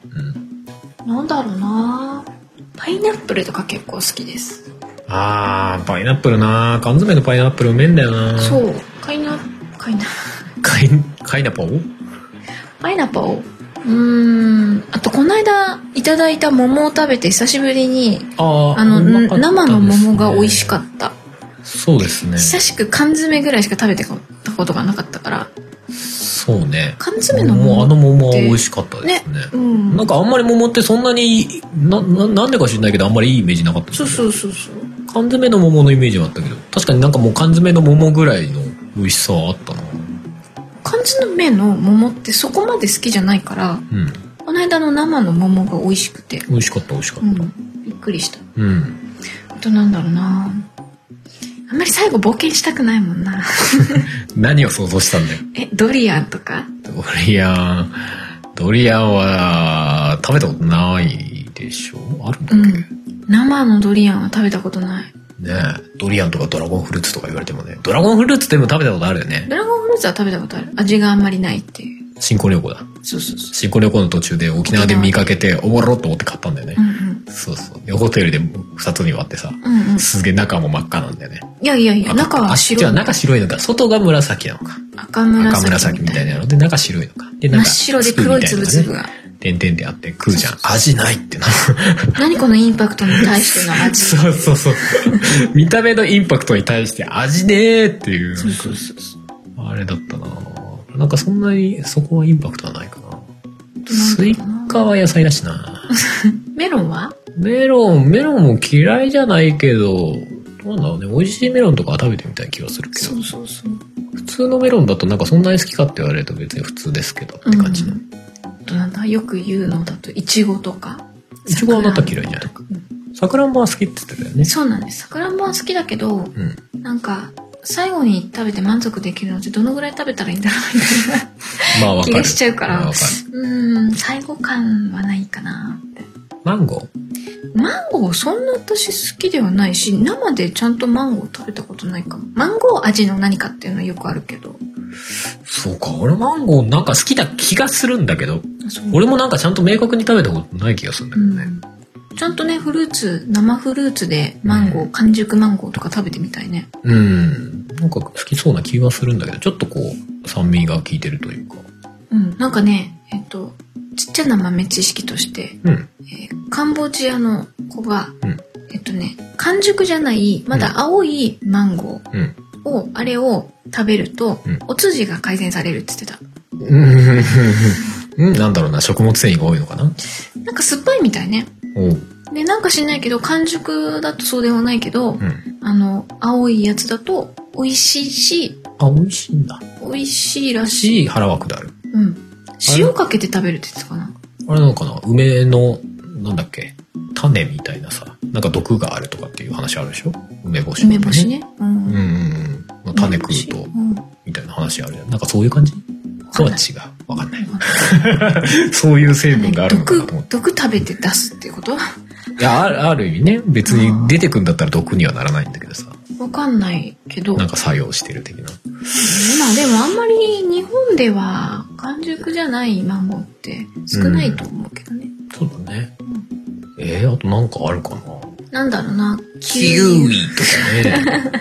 うん、なんだろうなパイナップルとか結構好きです。あーパイナップルなー缶詰のパイナップルうめえんだよなーそう。カイナ、カイナ、 [laughs] カイカイナポーパイナップルをうーん。あと、この間いただいた桃を食べて久しぶりに、あーあの、うまかったですね生の桃が美味しかった。そうですね久しく缶詰ぐらいしか食べてたことがなかったから、そうね缶詰のもうあの桃。桃は美味しかったですねうんな。んかあんまり桃ってそんなになななんでか知んないけどあんまりいいイメージなかったですそねうそうそうそう。缶詰の桃のイメージはあったけど確かになんかもう缶詰の桃ぐらいの美味しさはあったな缶詰の桃ってそこまで好きじゃないから、うんこの間の生の桃が美味しくて、美味しかった美味しかっうんた、、びっくりした。うんあとなんだろうなあんまり最後冒険したくないもんな。 [laughs] 何を想像したんだよ。え、ドリアンとかドリアン、ドリアンは食べたことないでしょあるんだうっけ、ん。生のドリアンは食べたことない。ねえドリアンとかドラゴンフルーツとか言われてもね。ドラゴンフルーツでも食べたことあるよね。ドラゴンフルーツは食べたことある。味があんまりないっていう。新婚旅行だ。そうそうそ新婚旅行の途中で沖縄で見かけて、おもろっと思って買ったんだよねう。う。んそうそう。でホテルで2つに割ってさ。うん。うんうん。すげえ中も真っ赤なんだよね。いやいやいや、中あはじゃ白あい。中白いのか。外が紫なのか。赤赤紫紫みみたたいいな。なので、中白いのか。で、真なっんか白で黒い粒スプーンみたいなの々ねが。点々であって食うじゃん。味ないってな。何このインパクトに対しての味。そうそうそう。見た目のインパクトに対して味ねーっていう。 [laughs] そうそうそうそう。あれだったななんかそんなにそこはインパクトはないかな。なスんイだろうなカは野菜だしな。メロンはメロン、メロンも嫌いじゃないけど、どうなんだろうね。美味しいメロンとかは食べてみたい気がするけど。うそうそう。普通のメロンだとなんかそんなに好きかって言われると別に普通ですけどって感じのう。んあとなんだよく言うのだとイチゴとかイチゴはあなた嫌いじゃないうんさくらんぼは好きって言ってたよね。そうなんです。さくらんぼは好きだけど、うん。なんか、最後に食べて満足できるのってどのぐらい食べたらいいんだろうみたいまあわなか気る。がしちゃうかまあらわ。かうーん、最後感はないかなって。る。マンゴーマンゴーそんな私好きではないし、生でちゃんとマンゴー食べたことないかも。マンゴー味の何かっていうのはよくあるけど。そうか。俺マンゴーなんか好きな気がするんだけど、そう俺もなんかちゃんと明確に食べたことない気がするんだうけどね。ん。ちゃんとね、フルーツ、生フルーツでマンゴー、完熟マンゴーとか食べてみたいね。うん。なんか好きそうな気はするんだけど、ちょっとこう、酸味が効いてるというか。うん。なんかね、えっと、ちっちゃな豆知識として、うん。えーカンボジアの子が、うんえっとね完熟じゃないまだ青いマンゴうん。ーを、あれを食べると、うんお通じが改善されるって言ってたうんうん。なんだろうな、食物繊維が多いのかな。なんか酸っぱいみたいねおう。でなんか知んないけど完熟だとそうでもないけど、うん。あの青いやつだと美味しいしあ、美味しいんだ。美味しいらしい、し、腹は下る。うん、塩かけて食べるって言ってたかなあれなのかな梅の、なんだっけ種みたいなさ、なんか毒があるとかっていう話あるでしょ梅干し、梅干し。ね、ううんんうんうん。の種食うと梅干し、うんみたいな話あるじゃん。なんかそういう感じわかとんはない違う。わかんない。そういう [laughs] 成分があるのかなと思っ毒毒食べて出すってことて。いや、あるある意味ね、別に出てくんだったら毒にはならないんだけどさ、わかんないけどなんか作用してる的な。まあでもあんまり日本では完熟じゃないマンゴーって少ないと思うけどね。そうだねん。えー、あとなんかあるかななんだろうな、キキウウイ、イとかね。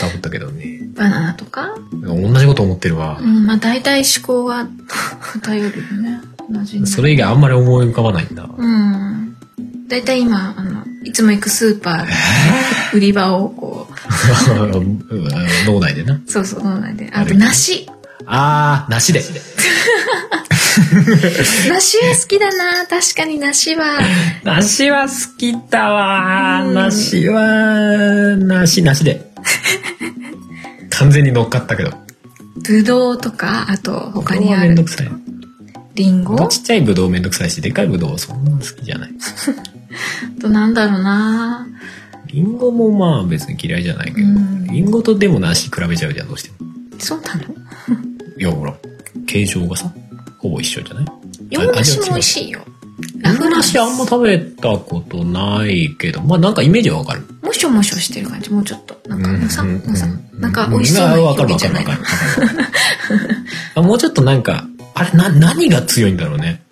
食べたけどね。バナナとか、同じこと思ってるわう。ん、まあ大体思考が偏るよね。同じにそれ以外あんまり思い浮かばないんだ。うん。大体今、あの、いつも行くスーパー、売り場をこ [laughs] 脳内でな。う、そうそう、そうなんで。あ歩いとて梨。あー、梨で。梨は好きだな。確かに梨は。梨は好きだわーうん梨は、梨、梨 [laughs] で。完全に乗っかったけど。ぶどうとか、あと他にあめんるど。くさい。りんごあちっちゃいぶどうめんどくさいし、でかいぶどうはそんな好きじゃない。となんだろうな。りんごもまあ別に嫌いじゃないけうどん。りんごとでも梨比べちゃうじゃん、どうしても。そうなのいや、ほら、形状がさ、ほぼ一緒じゃない洋梨も美味しいよ。ララフフラランシス。あんま食べたことないけど、まあなんかイメージはわかる。もしょもしょしてる感じ、もうちょっと。なんか、もさ、うんもさう、なんか美味しそうなわか表る現わじかゃるなわいかる。あもうちょっとなんか、あれな、何が強いんだろうね。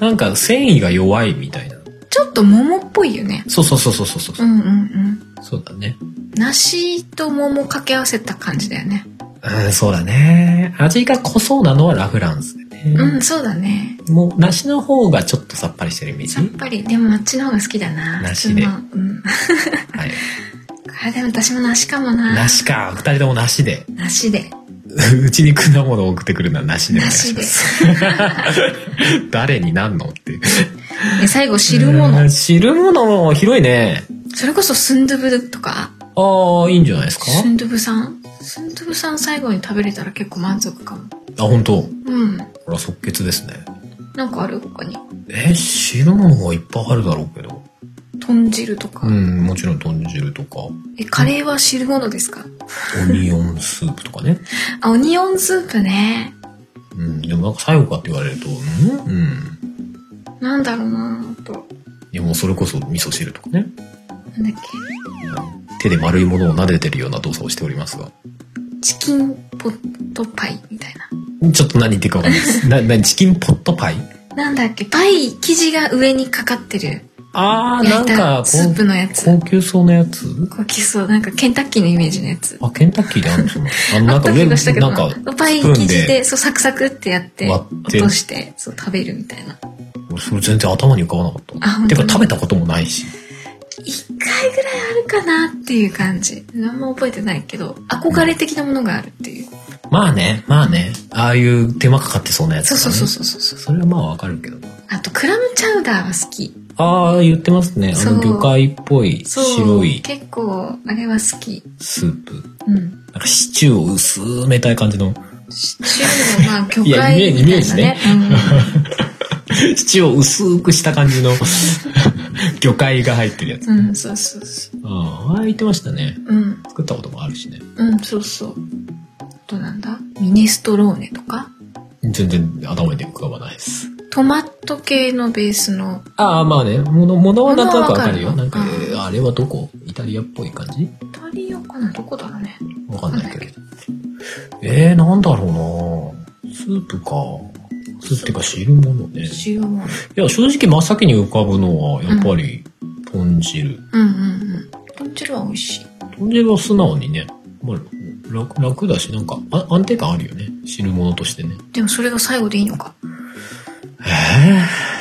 なんか繊維が弱いみたいな。ちょっと桃っぽいよね。そうそうそうそうそうそうう。んうんうん。そうだね。梨と桃掛け合わせた感じだよね。うん、そうだね。味が濃そうなのはラフランスでうね。ん、そうだね。もう、梨の方がちょっとさっぱりしてるイメージ。さっぱり。でもあっちの方が好きだな。梨ね普通のうん。はい。あ、でも私も梨かもな。梨か。二人とも梨で。梨で。うちに果物を送ってくるのは梨でお願いし梨まで。す。 [laughs] 誰になんのっていう。で最後、汁物。うん。汁物も広いね。それこそスンドゥブとか、ああ、いいんじゃないですかスンドゥブさんスンドゥブさん最後に食べれたら結構満足かも。あ、本当。うん。ほら、即決ですね。なんかある他に。えー、汁物はいっぱいあるだろうけど。豚汁とか。うん、もちろん豚汁とか、え、カレーは汁物ですかオニオンスープとかね。あ、オニオンスープね。うん、でもなんか最後かって言われると、うんうん。なんだろうなあと。いや、もうそれこそ味噌汁とかね。なんだっ手で丸いものを撫でてるような動作をしておりますが。け。チキンポットパイみたいな。ちょっと何言ってるかわかんない [laughs] です。な、なに、チキンポットパイなんだっけ。パイ、生地が上にかかってる。あー、な焼いんかた、スープのやつ。高高級そうなやつ高級そう。なんかケンタッキーのイメージのやつ。あ、ケンタッキーであるんですよ。あの、あなんっかた上、気がしたけどなんなか、パイスプー生ン地で、で、そう、サクサクってやって、割落ってとして、そう、食べるみたいな。俺それ全然頭に浮かばなかっあた。本て当かに食べたこともないし。一回ぐらいあるかなっていう感じ。何も覚えてないけど、憧れ的なものがあるっていう。まあね、まあね、ああいう手間かかってそうなやつそとかうそねうそうそうそうそう。それはまあわかるけど。あと、クラムチャウダーは好き。ああ、言ってますね。あそうの、魚介っぽい、白い結構、あれは好き。スープ。うん。なんかシチューを薄めたい感じの、 [laughs] シチューの、まあ、魚いやイメ介ージみたいなね。シチューを薄くした感じの、 [laughs] 魚介が入ってるやつ。うん、そうそうそう。うん。あれ言ってましたね。うん、作ったこともあるしね。うん、そうそう。あとなんだミネストローネとか全然頭に浮かばないです。トマト系のベースの、ああ、まあね。もの、ものはなんとなくわかるよ。ものなはんわかかる、えーあれはどこイタリアっぽい感じイタリアかなどこだろうね。わかんないけど。えー、なんだろうなスープか。スープっていうか汁物ね。い塩も。や、正直真っ先に浮かぶのは、やっぱり、豚汁。うんうんうん。豚汁は美味しい。豚汁は素直にね、まあ、楽楽だし、なんかあ安定感あるよね。汁物としてね。でもそれが最後でいいのか。えー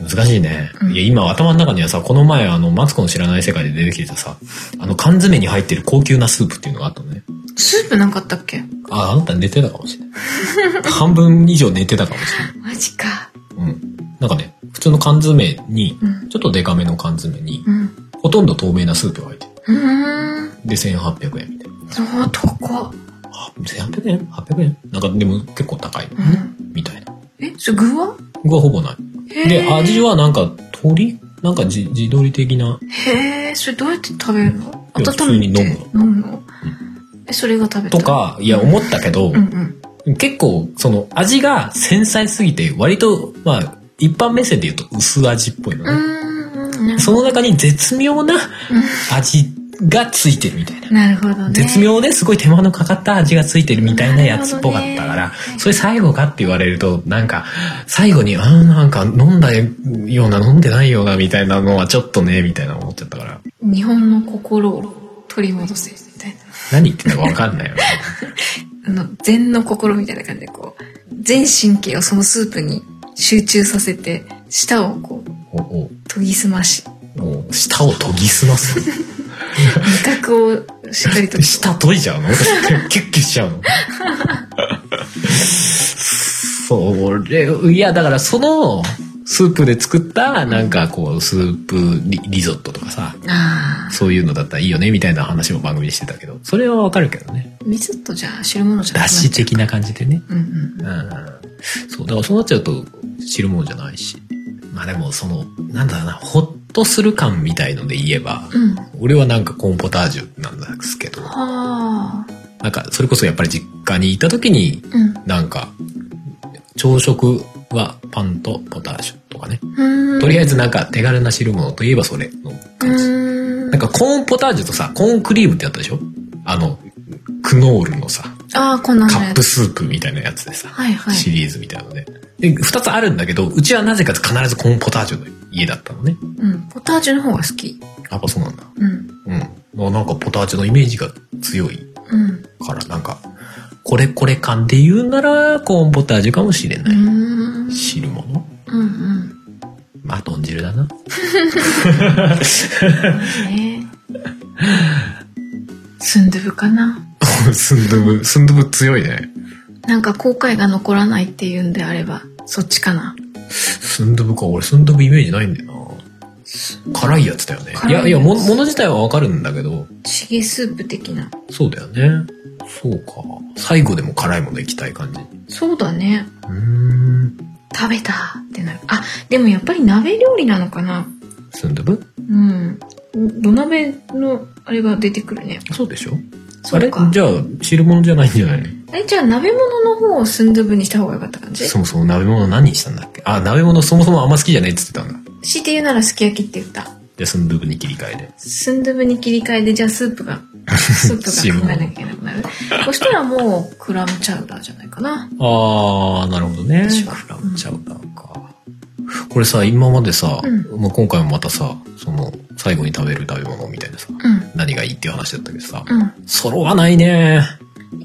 難しいね。うんいや、今頭の中にはさ、この前、あの、マツコの知らない世界で出てきてたさ、あの、缶詰に入ってる高級なスープっていうのがあったのね。スープなんかあったっけあ、あなた寝てたかもしれ [laughs] ない。半分以上寝てたかもしマジか。れない。うん。なんかね、普通の缶詰に、うん。ちょっとデカめの缶詰に、うん。ほとんど透明なスープが入ってる。うーん。で、1800円みたいな。そう、どこあ、1800円 ?800 円なんかでも結構高いのうね、ん。みたいな。え、それ具は僕はほぼない。へーで、味はなんか鳥なんかじ自撮り的な。へえ、それどうやって食べるのいや温めて普飲むのえ、それが食べたと。か、いや、思ったけどう、んうん。結構、その、味が繊細すぎて、割と、まあ、一般目線で言うと薄味っぽいのうね。ーんね。その中に絶妙な味がついてるみたいな。なるほどね。絶妙ですごい手間のかかった味がついてるみたいなやつっぽかったかならるほど、ねそれ最後かって言われると、なんか、最後に、あーなんか飲んだような飲んでないようなみたいなのはちょっとね、みたいな思っちゃったから。日本の心を取り戻せみたいな。何言ってんのか分かんないよね。あの、禅の心みたいな感じで、こう、全神経をそのスープに集中させて、舌をこう、おお研ぎ澄まし、もう舌を研ぎ澄ます。味覚をしっかりと舌研いじゃうの [laughs] キュッキュしちゃうのそれいやだからそのスープで作ったなんかこうスープリリゾットとかさああ。そういうのだったらいいよねみたいな話も番組でしてたけどそれはわかるけどねリゾットじゃ、汁物じゃなくなだっちゃしう的な感じでねうんうん。うんそう、だからそうなっちゃうと知るもんじゃないし。まあでもその、なんだろうな、ほっとする感みたいので言えば、うん。俺はなんかコーンポタージュなんですけど、はあ。なんかそれこそやっぱり実家にいた時に、うん。なんか、朝食はパンとポタージュとかね。うーん。とりあえずなんか手軽な汁物といえばそれの感じ。うーんなんかコーンポタージュとさ、コーンクリームってあったでしょあの、クノールのさ、ああ、こんなカのッやプつ。スープみたいなやつでさ、はいはい。シリーズみたいなので。で、二つあるんだけど、うちはなぜか必ずコーンポタージュの家だったのね。うん。ポタージュの方が好き。やっぱそうなんだ。うん。うん。あなんかポタージュのイメージが強いうん。から、なんか、これこれ感で言うなら、コーンポタージュかもしれうーない。ん。汁物うんうん。まあ、豚汁だな。 [laughs] ね。スンドゥブかな。スンドゥブ、スンドゥブ強いね。なんか後悔が残らないっていうんであれば、そっちかな。スンドゥブか、俺スンドゥブイメージないんだよな。辛いやつだよね。い辛いややついや、も、もの自体はわかるんだけど、チゲスープ的な。そうだよね。そうか。最後でも辛いもの行きたい感じ。うそうだね。ーん。食べたってなる。あ、でもやっぱり鍋料理なのかな。スンドゥブうん。土鍋のあれが出てくるね。そうでしょそあうれか。じゃあ汁物じゃないんじゃないのえ、じゃあ鍋物の方をスンドゥブにした方がよかった感じそもそも鍋物何にしたんだっけあ鍋物そもそもあんま好きじゃないっつってたんだ強いて言うならすき焼きって言った。でスンドゥブに切り替えてスンドゥブに切り替えで、じゃあスー [laughs] プが、スープが考えなきゃいけなくなる。そしたらもう、クラムチャウダーじゃないかな。あーなるほどね私はクラムチャウダーか、これさ今までさ、うんまあ、今回もまたさその最後に食べる食べ物みたいなさうん。何がいいっていう話だったけどさ、う揃わないねん。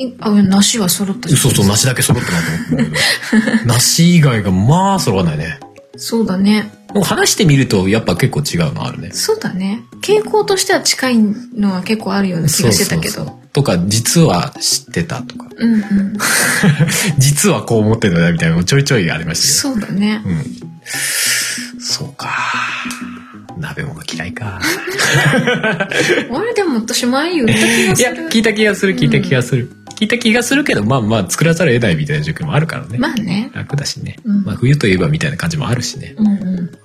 いあ、梨は揃ったしそうそう梨だけ揃ったなと思ったんだけ [laughs] ど梨以外がまあ揃わないねそうだね。でも話してみるとやっぱ結構違うのあるねそうだね。傾向としては近いのは結構あるような気がしてたけど。そううそうそうとか実は知ってたとかんうん。実はこう思ってるんだみたいなのもちょいちょいありましたそうだ [laughs] ね。ねうんそうか鍋物嫌い [laughs] かあれでも私前言った気がいやす聞る。いた気がする聞いた気がする、聞いた気がするけどまあまあ作らざるを得ないみたいな状況もあるからね、まあね。楽だしね、うんまあ、冬といえばみたいな感じもあるしねうんうん。今日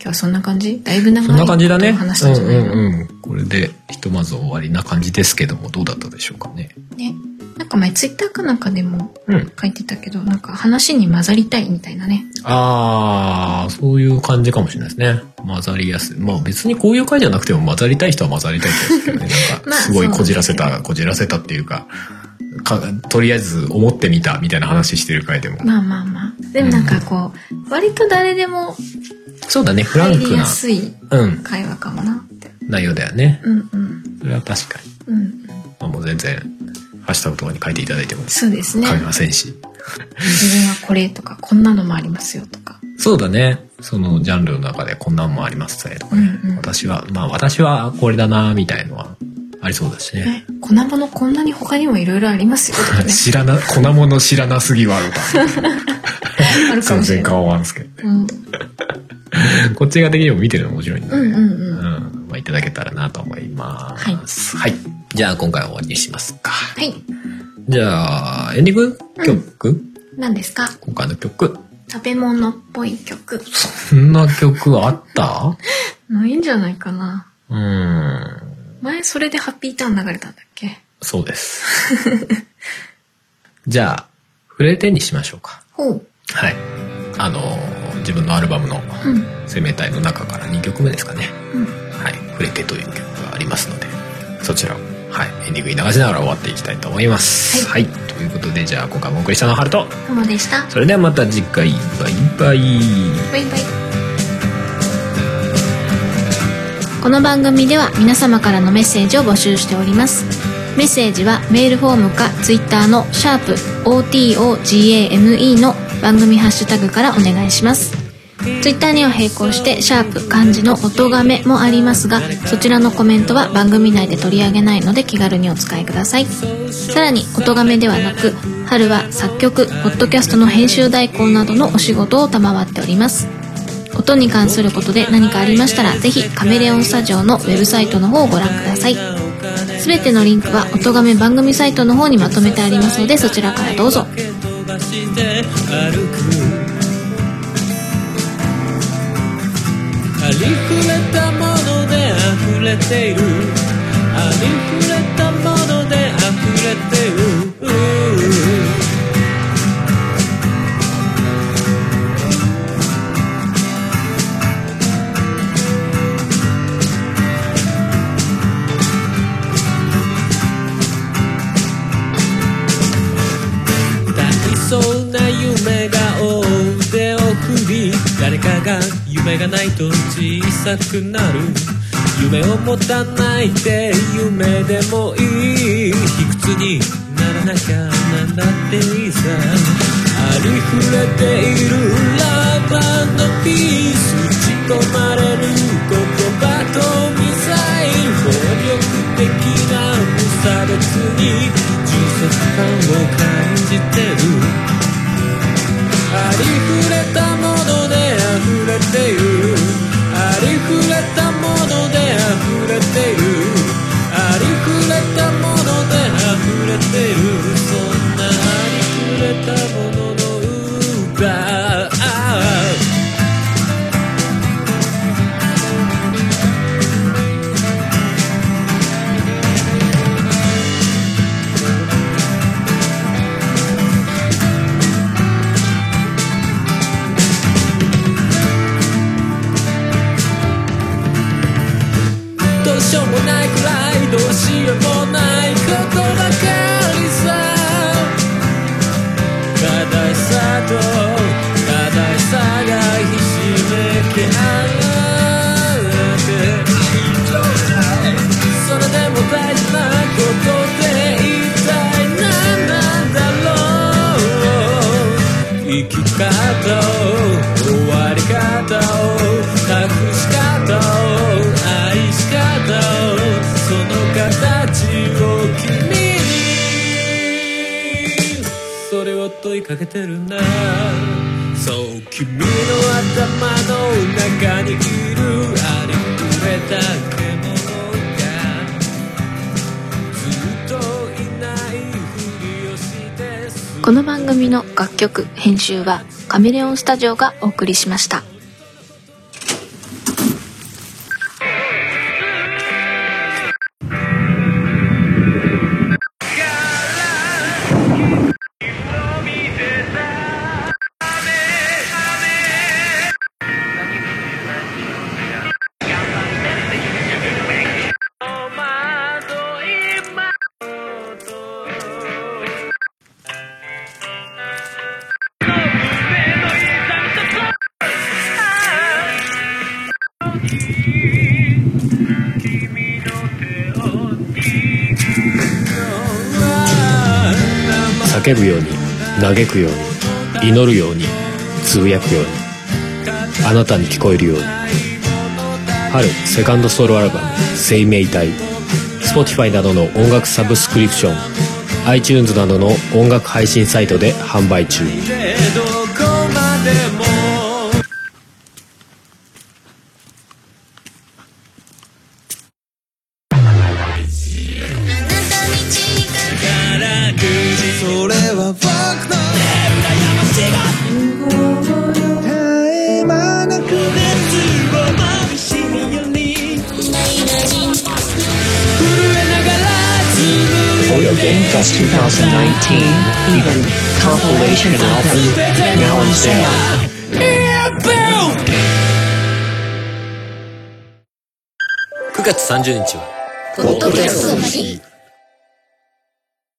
日はそんな感じだいぶ長いそんな感じだね。ことを話したんじゃないの、うんうんうん。これで、ひとまず終わりな感じですけども、どうだったでしょうかね。ね。なんか前ツイッターかなんかでもうん。書いてたけど、なんか話に混ざりたいみたいなね。あー、そういう感じかもしれないですね。混ざりやすい。まあ別にこういう回じゃなくても混ざりたい人は混ざりたい人ですけどね。なん [laughs] か、まあすごいそうこじらせた、そこじらせたっていうかか、とりあえず思ってみたみたいな話してる回でも。まあまあまあ。でもなんかこう、割と誰でもそうだね、フラン入りクやな、すいうん、会話かもなって。内容だよね。うんうん。それは確かに。うんうん。まあもう全然、ハッシュタグとかに書いていただいてもそうですね。構いませんし。自分はこれとか、こんなのもありますよとか。そうだね。そのジャンルの中でこんなんもありますねとかね。うんうん私は、まあ私はこれだなみたいのはありそうだしね。ね。粉物こんなに他にもいろいろありますよと [laughs] かね。知らな、粉物知らなすぎはあるか。あるか全もしれ然ない。顔はんですけど。うんこっち側的にも見てるの面白いんで。うんうんうん。はうんまあいただけたらなと思います。はい。じゃあ今回は終わりにしますか。い。じゃあ、エンディング曲、何ですか今回の曲。 [laughs] 食べ物っぽい曲。そんな曲あったないんじゃないかな。うん。前それでハッピーターン流れたんだっけそうです。 [laughs] じゃあ、触れてにしましょうか。ほう。はい。あのー、自分のアルバムのうん。生命体の中から2曲目ですかね。うん。はい。触れてという曲がありますので、そちらを、はい。エンディングに流しながら終わっていきたいと思います。はい。ということで、じゃあ、今回もお送りしたのはハルト。ともでした。それではまた次回、バイバイ。バイバイ。この番組では皆様からのメッセージを募集しております。メッセージはメールフォームかツイッターのシャープ o t o g a m e の番組ハッシュタグからお願いします。ツイッターには並行してシャープ漢字の音がめもありますが、そちらのコメントは番組内で取り上げないので気軽にお使いください。さらに音がめではなく春は作曲ポッドキャストの編集代行などのお仕事を賜っております音に関することで何かありましたらぜひカメレオンスタジオのウェブサイトの方をご覧くださいすべてのリンクは音がめ番組サイトの方にまとめてありますのでそちらからどうぞ飛ばして歩くありふれたもので溢れているありふれたもので溢れている抱きそうな夢が大腕を振り誰かが夢がないと小さくなる夢を持たないで夢でもいい卑屈にならなきゃなんだっていいさありふれているラバーのピース打ち込まれる言葉とミサイル暴力的な無差別に充足感を感じてるありふれたもので溢れているありふれたもので溢れているありふれたもので溢れているそんなありふれたものの歌どうしようもないくらいどうしようもないことばかりさ悲しさと悲しさがひしめき合ってそれでも大事なことで一体何なんだろう生き方を終わり方を託し方を愛し方をその形を君にそれを問いかけてるなそう君の頭の中にいるありふれた獣がずっといないふりをしてすこの番組の楽曲編集はカメレオンスタジオがお送りしました叫ぶように嘆くように祈るようにつぶやくようにあなたに聞こえるように春セカンドソロアルバム「生命体」Spotify などの音楽サブスクリプション iTunes などの音楽配信サイトで販売中でどこまでもからくじそれは僕の絶え間なく熱をまぶしいように震えながら紡ぐ Oyo Game Fest 2019 Even Compilation Album Now on sale Boom! 9月30日はポッドキャストの日